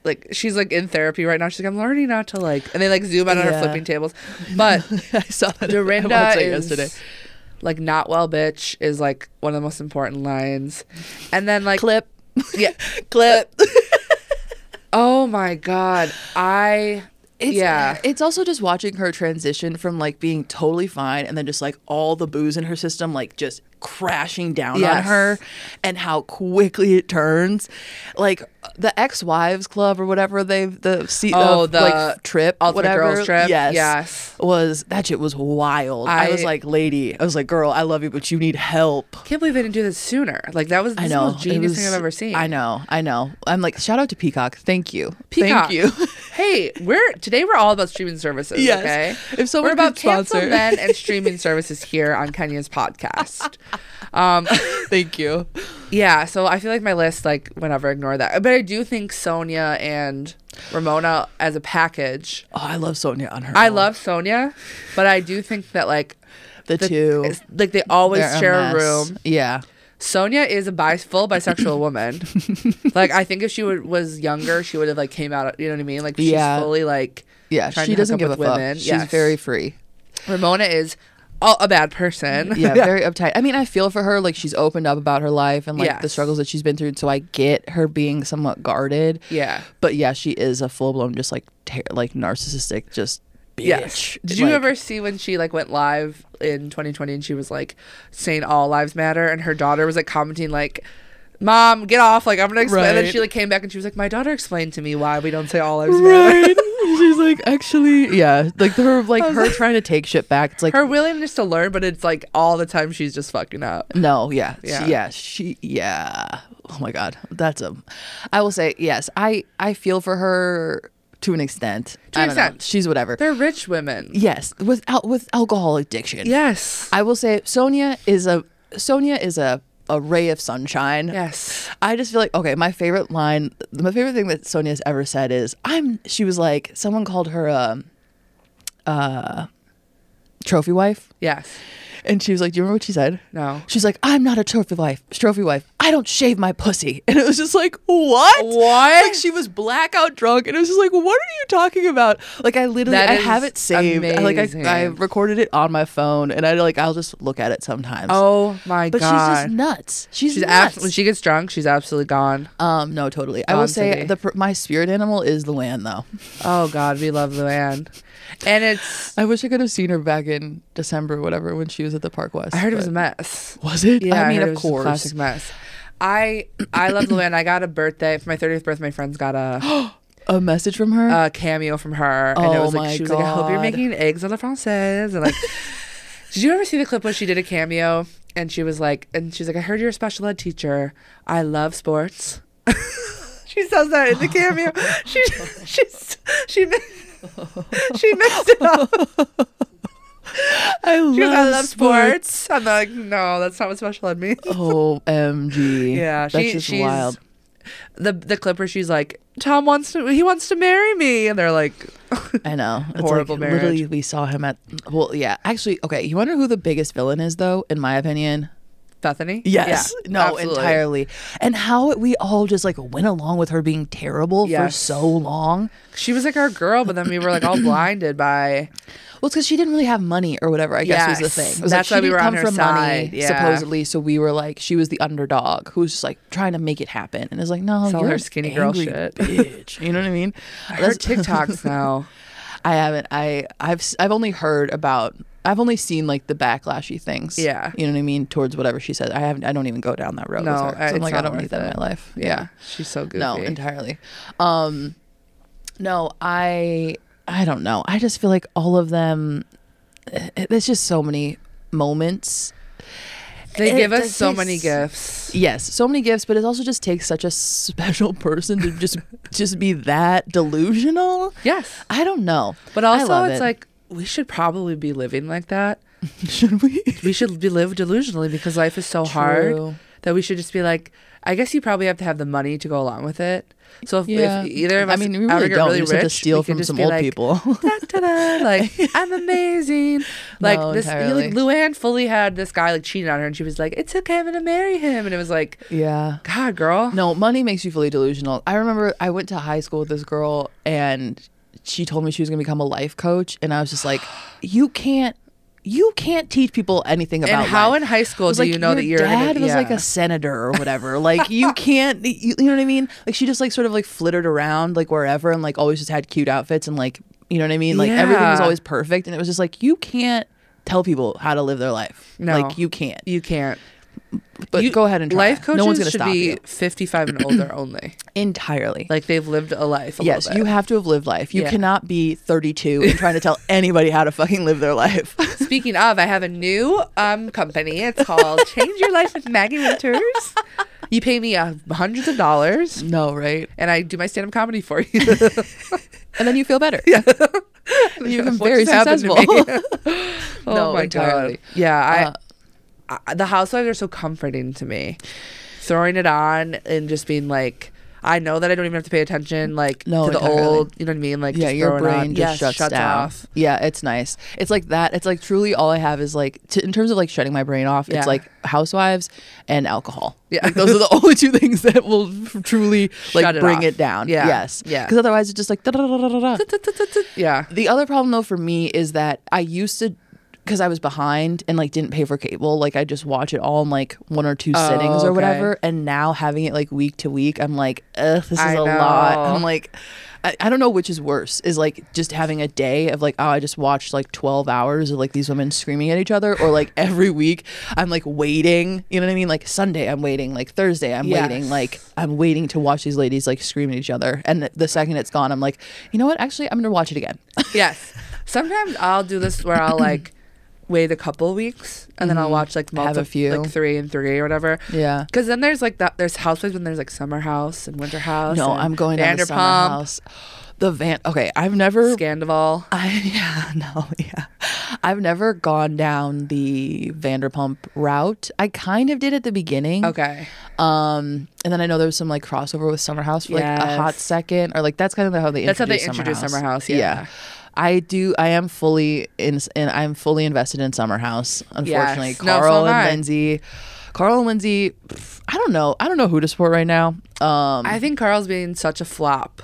[SPEAKER 3] like she's like in therapy right now. She's like, I'm learning not to like and they like zoom out on her
[SPEAKER 2] Yeah.
[SPEAKER 3] flipping tables. But
[SPEAKER 2] I saw that.
[SPEAKER 3] Dorinda
[SPEAKER 2] I watched that
[SPEAKER 3] is
[SPEAKER 2] yesterday.
[SPEAKER 3] like not well bitch is like one of the most important lines. And then like
[SPEAKER 2] Clip.
[SPEAKER 3] Yeah.
[SPEAKER 2] Clip.
[SPEAKER 3] Oh my god. I
[SPEAKER 2] It's,
[SPEAKER 3] yeah.
[SPEAKER 2] It's also just watching her transition from like being totally fine and then just like all the booze in her system like just crashing down on
[SPEAKER 3] Yes.
[SPEAKER 2] her and how quickly it turns. Like the ex-wives club or whatever they've the se-
[SPEAKER 3] Oh,
[SPEAKER 2] oh,
[SPEAKER 3] the
[SPEAKER 2] like trip
[SPEAKER 3] Ultimate
[SPEAKER 2] whatever.
[SPEAKER 3] Girls Trip.
[SPEAKER 2] Yes.
[SPEAKER 3] Yes.
[SPEAKER 2] Was that shit was wild. I, was
[SPEAKER 3] I-
[SPEAKER 2] like, lady, I was like, girl, I love you, but you need help.
[SPEAKER 3] Can't believe they didn't do this sooner. Like that was, this
[SPEAKER 2] I
[SPEAKER 3] is
[SPEAKER 2] know.
[SPEAKER 3] the most
[SPEAKER 2] it
[SPEAKER 3] genius thing
[SPEAKER 2] was-
[SPEAKER 3] I've ever seen.
[SPEAKER 2] I know. I know. I'm like, shout out to Peacock. Thank you.
[SPEAKER 3] Peacock.
[SPEAKER 2] Thank you.
[SPEAKER 3] hey, we're today we're all about streaming services.
[SPEAKER 2] Yes.
[SPEAKER 3] Okay.
[SPEAKER 2] If someone
[SPEAKER 3] we're about
[SPEAKER 2] could sponsor-
[SPEAKER 3] cancel men and streaming services here on Kenya's podcast. Um,
[SPEAKER 2] Thank you.
[SPEAKER 3] yeah. So I feel like my list, like, whenever ignore that. But I do think Sonia and Ramona as a package.
[SPEAKER 2] Oh, I love Sonia on her.
[SPEAKER 3] I
[SPEAKER 2] own.
[SPEAKER 3] love Sonia, but I do think that like
[SPEAKER 2] the, two.
[SPEAKER 3] it's- like they always
[SPEAKER 2] they're a
[SPEAKER 3] share a
[SPEAKER 2] mess.
[SPEAKER 3] room.
[SPEAKER 2] Yeah.
[SPEAKER 3] Sonia is a bi- full bisexual woman. like I think if she would, was younger, she would have like came out. You know what I mean? Like she's
[SPEAKER 2] Yeah.
[SPEAKER 3] fully like
[SPEAKER 2] Yeah.
[SPEAKER 3] trying
[SPEAKER 2] She
[SPEAKER 3] to hook
[SPEAKER 2] doesn't
[SPEAKER 3] up
[SPEAKER 2] give a
[SPEAKER 3] with
[SPEAKER 2] fuck.
[SPEAKER 3] women.
[SPEAKER 2] She's
[SPEAKER 3] Yes.
[SPEAKER 2] very free.
[SPEAKER 3] Ramona is a, a bad person.
[SPEAKER 2] Yeah, very uptight. I mean, I feel for her. Like she's opened up about her life and like the
[SPEAKER 3] Yes.
[SPEAKER 2] struggles that she's been through. So I get her being somewhat guarded.
[SPEAKER 3] Yeah.
[SPEAKER 2] But yeah, she is a full blown just like ter- like narcissistic just bitch.
[SPEAKER 3] Yes. Did you
[SPEAKER 2] Like,
[SPEAKER 3] ever see when she like went live in 2020 and she was like saying all lives matter and her daughter was like commenting like mom get off like I'm going to explain and then
[SPEAKER 2] Right.
[SPEAKER 3] she like came back and she was like my daughter explained to me why we don't say all lives matter.
[SPEAKER 2] Right. she's like actually yeah, like her like her trying to take shit back. It's like
[SPEAKER 3] Her willingness to learn but it's like all the time she's just fucking up.
[SPEAKER 2] No, yeah. She-
[SPEAKER 3] Yeah.
[SPEAKER 2] Yeah. She yeah. Oh my god. That's a I will say yes. I I feel for her to an extent.
[SPEAKER 3] To
[SPEAKER 2] I
[SPEAKER 3] an
[SPEAKER 2] don't know.
[SPEAKER 3] extent.
[SPEAKER 2] She's whatever.
[SPEAKER 3] They're rich women.
[SPEAKER 2] yes, with al- with alcohol addiction.
[SPEAKER 3] Yes.
[SPEAKER 2] I will say Sonia is a Sonia is a a ray of sunshine.
[SPEAKER 3] Yes.
[SPEAKER 2] I just feel like okay, my favorite line, my favorite thing that Sonia's ever said is I'm she was like someone called her um uh trophy wife.
[SPEAKER 3] Yes.
[SPEAKER 2] And she was like, "Do you remember what she said?"
[SPEAKER 3] No.
[SPEAKER 2] She's like, "I'm not a trophy wife. Trophy wife. I don't shave my pussy." And it was just like, "What?
[SPEAKER 3] What?
[SPEAKER 2] Like she was blackout drunk, and it was just like, "What are you talking about?" Like I literally,
[SPEAKER 3] That
[SPEAKER 2] I
[SPEAKER 3] is
[SPEAKER 2] have it saved. I-
[SPEAKER 3] amazing.
[SPEAKER 2] Like I, I recorded it on my phone, and I like I'll just look at it sometimes.
[SPEAKER 3] Oh my
[SPEAKER 2] but
[SPEAKER 3] god.
[SPEAKER 2] she's just nuts. She's,
[SPEAKER 3] She's
[SPEAKER 2] nuts.
[SPEAKER 3] abs- when she gets drunk, she's absolutely gone.
[SPEAKER 2] um, no, totally. I will
[SPEAKER 3] Gone
[SPEAKER 2] say
[SPEAKER 3] today.
[SPEAKER 2] the pr- my spirit animal is Luann, though.
[SPEAKER 3] Oh God, we love Luann, and it's.
[SPEAKER 2] I wish I could have seen her back in December, or whatever, when she was at the Park West.
[SPEAKER 3] I heard it was a
[SPEAKER 2] but-
[SPEAKER 3] mess.
[SPEAKER 2] Was it?
[SPEAKER 3] Yeah,
[SPEAKER 2] I mean, of
[SPEAKER 3] heard it was just a
[SPEAKER 2] course.
[SPEAKER 3] classic mess. I I love Luann. I got a birthday for my 30th birthday. My friends got a,
[SPEAKER 2] A message from her.
[SPEAKER 3] a cameo from her, and it
[SPEAKER 2] Oh
[SPEAKER 3] was like
[SPEAKER 2] my
[SPEAKER 3] she was like, "I hope you're
[SPEAKER 2] God.
[SPEAKER 3] making eggs à la française." And like, did you ever see the clip when she did a cameo and she was like, and she's like, "I heard you're a special ed teacher. I love sports." she says that in the cameo. She she's she mi- she mixed it up.
[SPEAKER 2] I love,
[SPEAKER 3] She goes, I love sports. I'm like, no, that's not what special ed means.
[SPEAKER 2] OMG.
[SPEAKER 3] Yeah,
[SPEAKER 2] That's
[SPEAKER 3] she-
[SPEAKER 2] just
[SPEAKER 3] she's-
[SPEAKER 2] wild.
[SPEAKER 3] The the clip where she's like, Tom wants to, he wants to marry me, and they're like,
[SPEAKER 2] I know. It's
[SPEAKER 3] Horrible
[SPEAKER 2] like,
[SPEAKER 3] marriage.
[SPEAKER 2] Literally, we saw him at. Well, yeah. Actually, okay. You wonder who the biggest villain is, though, in my opinion?
[SPEAKER 3] Bethany. Yeah,
[SPEAKER 2] no,
[SPEAKER 3] absolutely.
[SPEAKER 2] entirely. And how we all just like went along with her being terrible for
[SPEAKER 3] Yes.
[SPEAKER 2] so long.
[SPEAKER 3] She was like our girl, but then we were like all blinded by.
[SPEAKER 2] Well, it's because she didn't really have money or whatever. I guess was the
[SPEAKER 3] Yes.
[SPEAKER 2] thing. It was
[SPEAKER 3] That's
[SPEAKER 2] like, she
[SPEAKER 3] why we
[SPEAKER 2] didn't
[SPEAKER 3] were on
[SPEAKER 2] come
[SPEAKER 3] her
[SPEAKER 2] from
[SPEAKER 3] side.
[SPEAKER 2] money
[SPEAKER 3] Yeah.
[SPEAKER 2] supposedly, so we were like she was the underdog who was just like trying to make it happen, and it's like no,
[SPEAKER 3] Sell
[SPEAKER 2] you're
[SPEAKER 3] her
[SPEAKER 2] an
[SPEAKER 3] skinny girl
[SPEAKER 2] angry
[SPEAKER 3] shit.
[SPEAKER 2] bitch. You know what I mean?
[SPEAKER 3] Her
[SPEAKER 2] That's-
[SPEAKER 3] TikToks now.
[SPEAKER 2] I haven't. I I've s- I've only heard about. I've only seen like the backlashy things.
[SPEAKER 3] Yeah.
[SPEAKER 2] you know what I mean towards whatever she says. I haven't. I don't even go down that road.
[SPEAKER 3] No,
[SPEAKER 2] with her. So
[SPEAKER 3] I-
[SPEAKER 2] I'm
[SPEAKER 3] it's
[SPEAKER 2] like I
[SPEAKER 3] not
[SPEAKER 2] don't
[SPEAKER 3] worth
[SPEAKER 2] need that
[SPEAKER 3] it.
[SPEAKER 2] in my life.
[SPEAKER 3] Yeah,
[SPEAKER 2] Yeah,
[SPEAKER 3] she's so goofy.
[SPEAKER 2] no, entirely. Um, no, I I don't know. I just feel like all of them. eh, eh, There's just so many moments.
[SPEAKER 3] they
[SPEAKER 2] it
[SPEAKER 3] give us
[SPEAKER 2] does
[SPEAKER 3] so
[SPEAKER 2] taste-
[SPEAKER 3] many gifts.
[SPEAKER 2] Yes, so many gifts, but it also just takes such a special person to just just be that delusional.
[SPEAKER 3] Yes,
[SPEAKER 2] I don't know,
[SPEAKER 3] but
[SPEAKER 2] I
[SPEAKER 3] also
[SPEAKER 2] love
[SPEAKER 3] it's
[SPEAKER 2] it.
[SPEAKER 3] like we should probably be living like that.
[SPEAKER 2] should we?
[SPEAKER 3] We should be live delusionally because life is so
[SPEAKER 2] True.
[SPEAKER 3] hard that we should just be like. I guess you probably have to have the money to go along with it. So if,
[SPEAKER 2] Yeah.
[SPEAKER 3] if either of us,
[SPEAKER 2] I mean, we
[SPEAKER 3] ever
[SPEAKER 2] really
[SPEAKER 3] get
[SPEAKER 2] don't.
[SPEAKER 3] Really
[SPEAKER 2] we just
[SPEAKER 3] rich,
[SPEAKER 2] have to steal
[SPEAKER 3] we can
[SPEAKER 2] from
[SPEAKER 3] just
[SPEAKER 2] some
[SPEAKER 3] be
[SPEAKER 2] old
[SPEAKER 3] like,
[SPEAKER 2] people.
[SPEAKER 3] "Da-da-da," like I'm amazing. Like
[SPEAKER 2] No,
[SPEAKER 3] this, he, like
[SPEAKER 2] entirely.
[SPEAKER 3] Luann fully had this guy like cheating on her, and she was like, "It's okay, I'm gonna marry him," and it was like,
[SPEAKER 2] yeah.
[SPEAKER 3] "God, girl,
[SPEAKER 2] No, money makes you fully delusional. I remember I went to high school with this girl, and she told me she was going to become a life coach, and I was just like, "You can't, you can't teach people anything about
[SPEAKER 3] And how
[SPEAKER 2] life."
[SPEAKER 3] in high school
[SPEAKER 2] I was
[SPEAKER 3] do
[SPEAKER 2] like,
[SPEAKER 3] you know that
[SPEAKER 2] your
[SPEAKER 3] you're gonna-
[SPEAKER 2] dad was like
[SPEAKER 3] yeah.
[SPEAKER 2] a senator or whatever? like you can't, you, you know what I mean? Like she just like sort of like flittered around like wherever, and like always just had cute outfits and like you know what I mean? Like everything was
[SPEAKER 3] Yeah.
[SPEAKER 2] always perfect, and it was just like you can't tell people how to live their life.
[SPEAKER 3] No.
[SPEAKER 2] like you can't.
[SPEAKER 3] you can't."
[SPEAKER 2] But
[SPEAKER 3] You-
[SPEAKER 2] go ahead and try.
[SPEAKER 3] Life coaches
[SPEAKER 2] no one's gonna
[SPEAKER 3] should
[SPEAKER 2] stop
[SPEAKER 3] be
[SPEAKER 2] you
[SPEAKER 3] 55 and older only.
[SPEAKER 2] entirely.
[SPEAKER 3] Like they've lived a life. A
[SPEAKER 2] Yes,
[SPEAKER 3] little
[SPEAKER 2] you
[SPEAKER 3] bit.
[SPEAKER 2] have to have lived life. You
[SPEAKER 3] Yeah.
[SPEAKER 2] cannot be 32 and trying to tell anybody how to fucking live their life.
[SPEAKER 3] Speaking of, I have a new um company. It's called Change Your Life with Maggie Winters. You pay me uh, hundreds of dollars,
[SPEAKER 2] no, right?
[SPEAKER 3] and I do my stand-up comedy for you.
[SPEAKER 2] And then you feel better. Yeah. you become
[SPEAKER 3] What
[SPEAKER 2] very
[SPEAKER 3] just happened
[SPEAKER 2] successful.
[SPEAKER 3] to me? oh
[SPEAKER 2] No,
[SPEAKER 3] my
[SPEAKER 2] entirely.
[SPEAKER 3] god! Yeah,
[SPEAKER 2] Uh,
[SPEAKER 3] I, I, the housewives are so comforting to me. Throwing it on and just being like, I know that I don't even have to pay attention, like
[SPEAKER 2] No,
[SPEAKER 3] to the
[SPEAKER 2] entirely.
[SPEAKER 3] old. You know what I mean? Like
[SPEAKER 2] yeah,
[SPEAKER 3] just
[SPEAKER 2] your
[SPEAKER 3] throwing out-
[SPEAKER 2] brain just
[SPEAKER 3] yes,
[SPEAKER 2] shuts, down.
[SPEAKER 3] off.
[SPEAKER 2] Yeah, it's nice. It's like that. It's like truly all I have is like t- in terms of like shutting my brain off.
[SPEAKER 3] Yeah.
[SPEAKER 2] It's like Housewives and alcohol.
[SPEAKER 3] Yeah.
[SPEAKER 2] like, those are the only two things that will truly like
[SPEAKER 3] Shut it
[SPEAKER 2] bring
[SPEAKER 3] off.
[SPEAKER 2] it down.
[SPEAKER 3] Yeah.
[SPEAKER 2] Yes.
[SPEAKER 3] Yeah.
[SPEAKER 2] Because otherwise, it's just like da da da da da da.
[SPEAKER 3] Yeah.
[SPEAKER 2] The other problem though for me is that I used to because I was behind and like didn't pay for cable, like I just watch it all in like one or two sittings
[SPEAKER 3] Oh, okay.
[SPEAKER 2] or whatever. And now having it like week to week, I'm like, ugh, this is
[SPEAKER 3] I
[SPEAKER 2] a lot.
[SPEAKER 3] know.
[SPEAKER 2] I'm like, I, I don't know which is worse is like just having a day of like, oh, I just watched like 12 hours of like these women screaming at each other, or like every week I'm like waiting, you know what I mean? Like Sunday, I'm waiting, like Thursday, I'm
[SPEAKER 3] Yes.
[SPEAKER 2] waiting, like I'm waiting to watch these ladies like scream at each other. And the- the second it's gone, I'm like, you know what? Actually, I'm gonna watch it again.
[SPEAKER 3] Yes. Sometimes I'll do this where I'll like wait a couple weeks and then I'll watch like
[SPEAKER 2] Mm-hmm. Have
[SPEAKER 3] multiple,
[SPEAKER 2] a few.
[SPEAKER 3] like three and three or whatever.
[SPEAKER 2] yeah.
[SPEAKER 3] Because then there's like that. There's housewives and there's like summer house and winter house.
[SPEAKER 2] No,
[SPEAKER 3] and
[SPEAKER 2] I'm going down to summer
[SPEAKER 3] Vanderpump,
[SPEAKER 2] house. The van. Okay, I've never.
[SPEAKER 3] Scandival.
[SPEAKER 2] I yeah no yeah, I've never gone down the Vanderpump route. I kind of did at the beginning.
[SPEAKER 3] Okay.
[SPEAKER 2] Um, and then I know there was some like crossover with Summer House for like a
[SPEAKER 3] Yes.
[SPEAKER 2] hot second, or like that's kind of how they
[SPEAKER 3] That's how they
[SPEAKER 2] introduced
[SPEAKER 3] introduced Summer House, yeah.
[SPEAKER 2] I do. I am fully in, and I'm fully invested in Summer House. Unfortunately,
[SPEAKER 3] Yes. No, so
[SPEAKER 2] Carl
[SPEAKER 3] am
[SPEAKER 2] and
[SPEAKER 3] I.
[SPEAKER 2] Lindsay, Carl and Lindsay. pff, I don't know. I don't know who to support right now. Um,
[SPEAKER 3] I think Carl's being such a flop.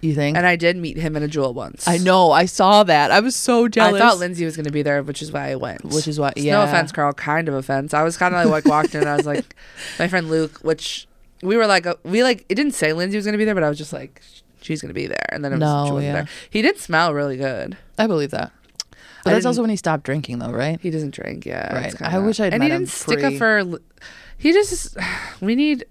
[SPEAKER 2] you think?
[SPEAKER 3] And I did meet him in a jewel once.
[SPEAKER 2] I know. I saw that. I was so jealous.
[SPEAKER 3] I thought Lindsay was going to be there, which is why I went.
[SPEAKER 2] Which is why-
[SPEAKER 3] It's
[SPEAKER 2] yeah.
[SPEAKER 3] No offense, Carl. Kind of offense. I was kind of like walked in. and I was like, my friend Luke, which we were like, uh, we like, it didn't say Lindsay was going to be there, but I was just like, she's going to be there. And then it was, she
[SPEAKER 2] No,
[SPEAKER 3] wasn't
[SPEAKER 2] yeah.
[SPEAKER 3] there. He did smell really good.
[SPEAKER 2] I believe that. But
[SPEAKER 3] I
[SPEAKER 2] that's
[SPEAKER 3] didn't-
[SPEAKER 2] also when he stopped drinking, though, right?
[SPEAKER 3] He doesn't drink. Yeah.
[SPEAKER 2] Right.
[SPEAKER 3] it's
[SPEAKER 2] I
[SPEAKER 3] kinda-
[SPEAKER 2] wish I'd
[SPEAKER 3] And
[SPEAKER 2] met
[SPEAKER 3] he
[SPEAKER 2] him
[SPEAKER 3] didn't stick up
[SPEAKER 2] pre-
[SPEAKER 3] for. Lu- He just. We need.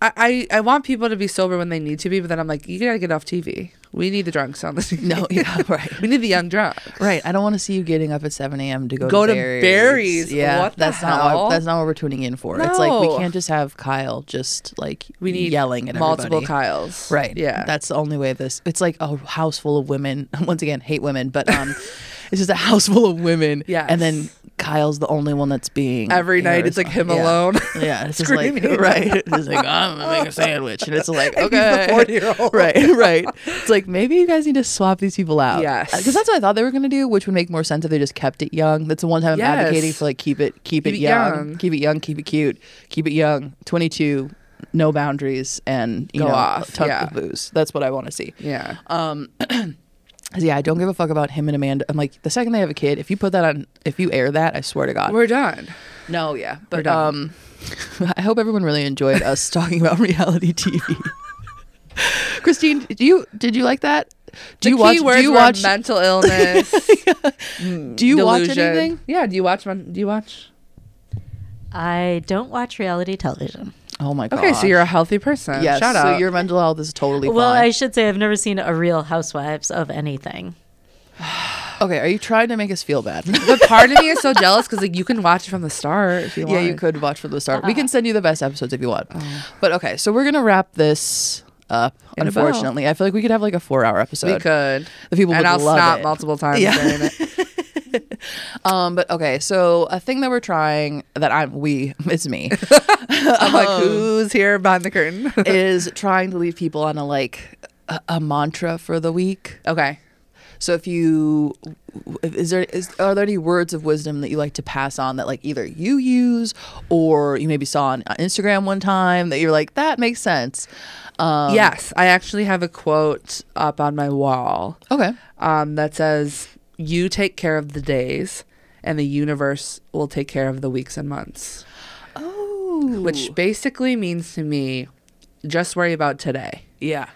[SPEAKER 3] I, I I want people to be sober when they need to be, but then I'm like, you gotta get off TV. We need the drunks on the TV.
[SPEAKER 2] No, yeah, right.
[SPEAKER 3] we need the young drunk.
[SPEAKER 2] Right. I don't want to see you getting up at 7 a.m. to go,
[SPEAKER 3] Go
[SPEAKER 2] to
[SPEAKER 3] to
[SPEAKER 2] Barry's.
[SPEAKER 3] Barry's.
[SPEAKER 2] Yeah,
[SPEAKER 3] What the
[SPEAKER 2] that's not
[SPEAKER 3] hell?
[SPEAKER 2] what, that's not what we're tuning in for. It's like we
[SPEAKER 3] No.
[SPEAKER 2] can't just have Kyle just like
[SPEAKER 3] We need
[SPEAKER 2] yelling at
[SPEAKER 3] multiple
[SPEAKER 2] everybody.
[SPEAKER 3] Kyles.
[SPEAKER 2] Right.
[SPEAKER 3] Yeah.
[SPEAKER 2] That's the only way this. It's like a house full of women. Once again, hate women, but um, it's just a house full of women.
[SPEAKER 3] Yes.
[SPEAKER 2] And then Kyle's the only one that's being
[SPEAKER 3] every night it's like him
[SPEAKER 2] irresponsible. Yeah.
[SPEAKER 3] alone.
[SPEAKER 2] Yeah, it's just like
[SPEAKER 3] Screaming.
[SPEAKER 2] right. It's just like I'm gonna make a sandwich, and it's like
[SPEAKER 3] he's the
[SPEAKER 2] okay,
[SPEAKER 3] 40-year-old.
[SPEAKER 2] right, right. It's like maybe you guys need to swap these people out.
[SPEAKER 3] Yes.
[SPEAKER 2] because that's what I thought they were gonna do, which would make more sense if they just kept it young. That's the one time I'm
[SPEAKER 3] Yes.
[SPEAKER 2] advocating for like keep it, keep, it,
[SPEAKER 3] it
[SPEAKER 2] young.
[SPEAKER 3] young.
[SPEAKER 2] keep it young, keep it cute, keep it young. Twenty two, no boundaries, and you
[SPEAKER 3] Go
[SPEAKER 2] know,
[SPEAKER 3] off,
[SPEAKER 2] a ton
[SPEAKER 3] yeah.
[SPEAKER 2] of booze. That's what I want to see.
[SPEAKER 3] yeah.
[SPEAKER 2] Uh, 'Cause, yeah, I don't give a fuck about him and Amanda. I'm like the second they have a kid, if you put that on, if you air that, I swear to God,
[SPEAKER 3] We're done.
[SPEAKER 2] no, yeah, but
[SPEAKER 3] done.
[SPEAKER 2] um, I hope everyone really enjoyed us talking about reality TV. Christine, do you did you like that? Do you
[SPEAKER 3] the
[SPEAKER 2] watch?
[SPEAKER 3] Key words
[SPEAKER 2] Do you
[SPEAKER 3] were
[SPEAKER 2] watch?
[SPEAKER 3] mental illness?
[SPEAKER 2] Do you watch
[SPEAKER 3] delusion.
[SPEAKER 2] anything?
[SPEAKER 3] Yeah. Do you watch? mon- Do you watch?
[SPEAKER 1] I don't watch reality television.
[SPEAKER 2] Oh my god.
[SPEAKER 3] Okay, so you're a healthy person.
[SPEAKER 2] yes.
[SPEAKER 3] Shout
[SPEAKER 2] so
[SPEAKER 3] out.
[SPEAKER 2] your mental health is totally
[SPEAKER 1] Well, I
[SPEAKER 2] fine.
[SPEAKER 1] should say I've never seen a real Housewives of anything.
[SPEAKER 2] okay, are you trying to make us feel bad?
[SPEAKER 3] but part of me is so jealous because like you can watch it from the start if you
[SPEAKER 2] yeah,
[SPEAKER 3] want.
[SPEAKER 2] you could watch from the start. We
[SPEAKER 3] Uh.
[SPEAKER 2] can send you the best episodes if you want.
[SPEAKER 3] Oh.
[SPEAKER 2] But okay, so we're gonna wrap this up.
[SPEAKER 3] In a bow.
[SPEAKER 2] unfortunately, I feel like we could have like a four-hour episode.
[SPEAKER 3] We could.
[SPEAKER 2] The people
[SPEAKER 3] and
[SPEAKER 2] would
[SPEAKER 3] I'll
[SPEAKER 2] love
[SPEAKER 3] snot
[SPEAKER 2] it.
[SPEAKER 3] multiple times.
[SPEAKER 2] Yeah.
[SPEAKER 3] during it.
[SPEAKER 2] Um, but okay, so a thing that we're trying that I'm we it's me
[SPEAKER 3] I'm
[SPEAKER 2] Um,
[SPEAKER 3] like, who's here behind the curtain?
[SPEAKER 2] is trying to leave people on a like a, a mantra for the week.
[SPEAKER 3] okay.
[SPEAKER 2] So if you is there is are there any words of wisdom that you like to pass on that like either you use or you maybe saw on uh, Instagram one time that you're like that makes sense. Um,
[SPEAKER 3] yes, I actually have a quote up on my wall.
[SPEAKER 2] Okay.
[SPEAKER 3] um, that says, You take care of the days, and the universe will take care of the weeks and months.
[SPEAKER 2] Oh.
[SPEAKER 3] Which basically means to me, just worry about today.
[SPEAKER 2] yeah.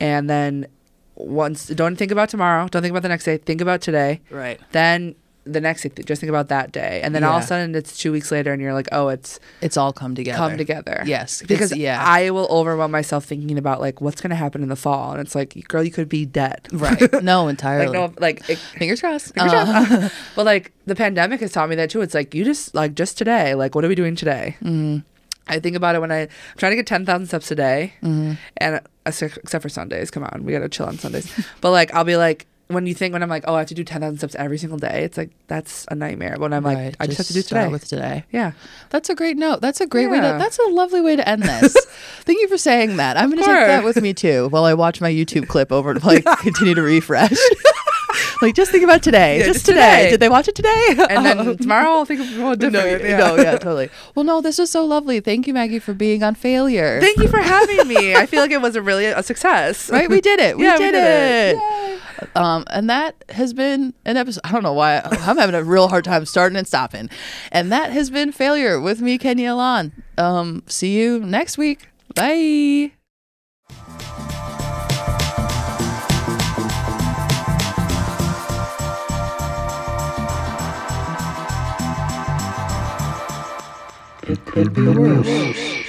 [SPEAKER 3] And then once, don't think about tomorrow, don't think about the next day, think about today.
[SPEAKER 2] Right.
[SPEAKER 3] Then the next day, just think about that day. And then all of a
[SPEAKER 2] Yeah.
[SPEAKER 3] sudden, it's two weeks later, and you're like, Oh, it's
[SPEAKER 2] It's all come together.
[SPEAKER 3] come together.
[SPEAKER 2] Yes.
[SPEAKER 3] Because
[SPEAKER 2] It's- yeah.
[SPEAKER 3] I will overwhelm myself thinking about, like, what's going to happen in the fall. And it's like, girl, you could be dead.
[SPEAKER 2] right. No, entirely.
[SPEAKER 3] Like, no, like, it,
[SPEAKER 2] Fingers crossed. Uh,
[SPEAKER 3] Uh, but like the pandemic has taught me that too. It's like you just like just today. Like what are we doing today? Mm-hmm. I think about it when I, I'm trying to get ten thousand steps a
[SPEAKER 2] Mm-hmm.
[SPEAKER 3] day, and uh, ex- except for Sundays. Come on, we gotta chill on Sundays. but like I'll be like, when you think when I'm like, oh, I have to do ten thousand steps every single day, it's like that's a nightmare. When I'm like,
[SPEAKER 2] Right,
[SPEAKER 3] I just, have to do
[SPEAKER 2] just start
[SPEAKER 3] today.
[SPEAKER 2] with today.
[SPEAKER 3] yeah,
[SPEAKER 2] That's a great note. That's a great way
[SPEAKER 3] Yeah.
[SPEAKER 2] to. That's a lovely way to end this. Thank you for saying that. I'm going to take
[SPEAKER 3] course.
[SPEAKER 2] that with me too while I watch my YouTube clip over to like continue to refresh. like just think about today.
[SPEAKER 3] Yeah,
[SPEAKER 2] just
[SPEAKER 3] just
[SPEAKER 2] today.
[SPEAKER 3] today.
[SPEAKER 2] Did they watch it today?
[SPEAKER 3] and then tomorrow I'll think of more
[SPEAKER 2] no,
[SPEAKER 3] different.
[SPEAKER 2] yeah. no, yeah, totally. Well, no, this is so lovely. Thank you, Maggie, for being on failure.
[SPEAKER 3] Thank you for having me. I feel like it was a really a success.
[SPEAKER 2] right, we did it. We,
[SPEAKER 3] Yeah,
[SPEAKER 2] did,
[SPEAKER 3] we
[SPEAKER 2] it.
[SPEAKER 3] did it.
[SPEAKER 2] Um, and that has been an episode. I don't know why I'm having a real hard time starting and stopping. And that has been failure with me, Kenya Alon. Um, see you next week. Bye.
[SPEAKER 4] It could be worse.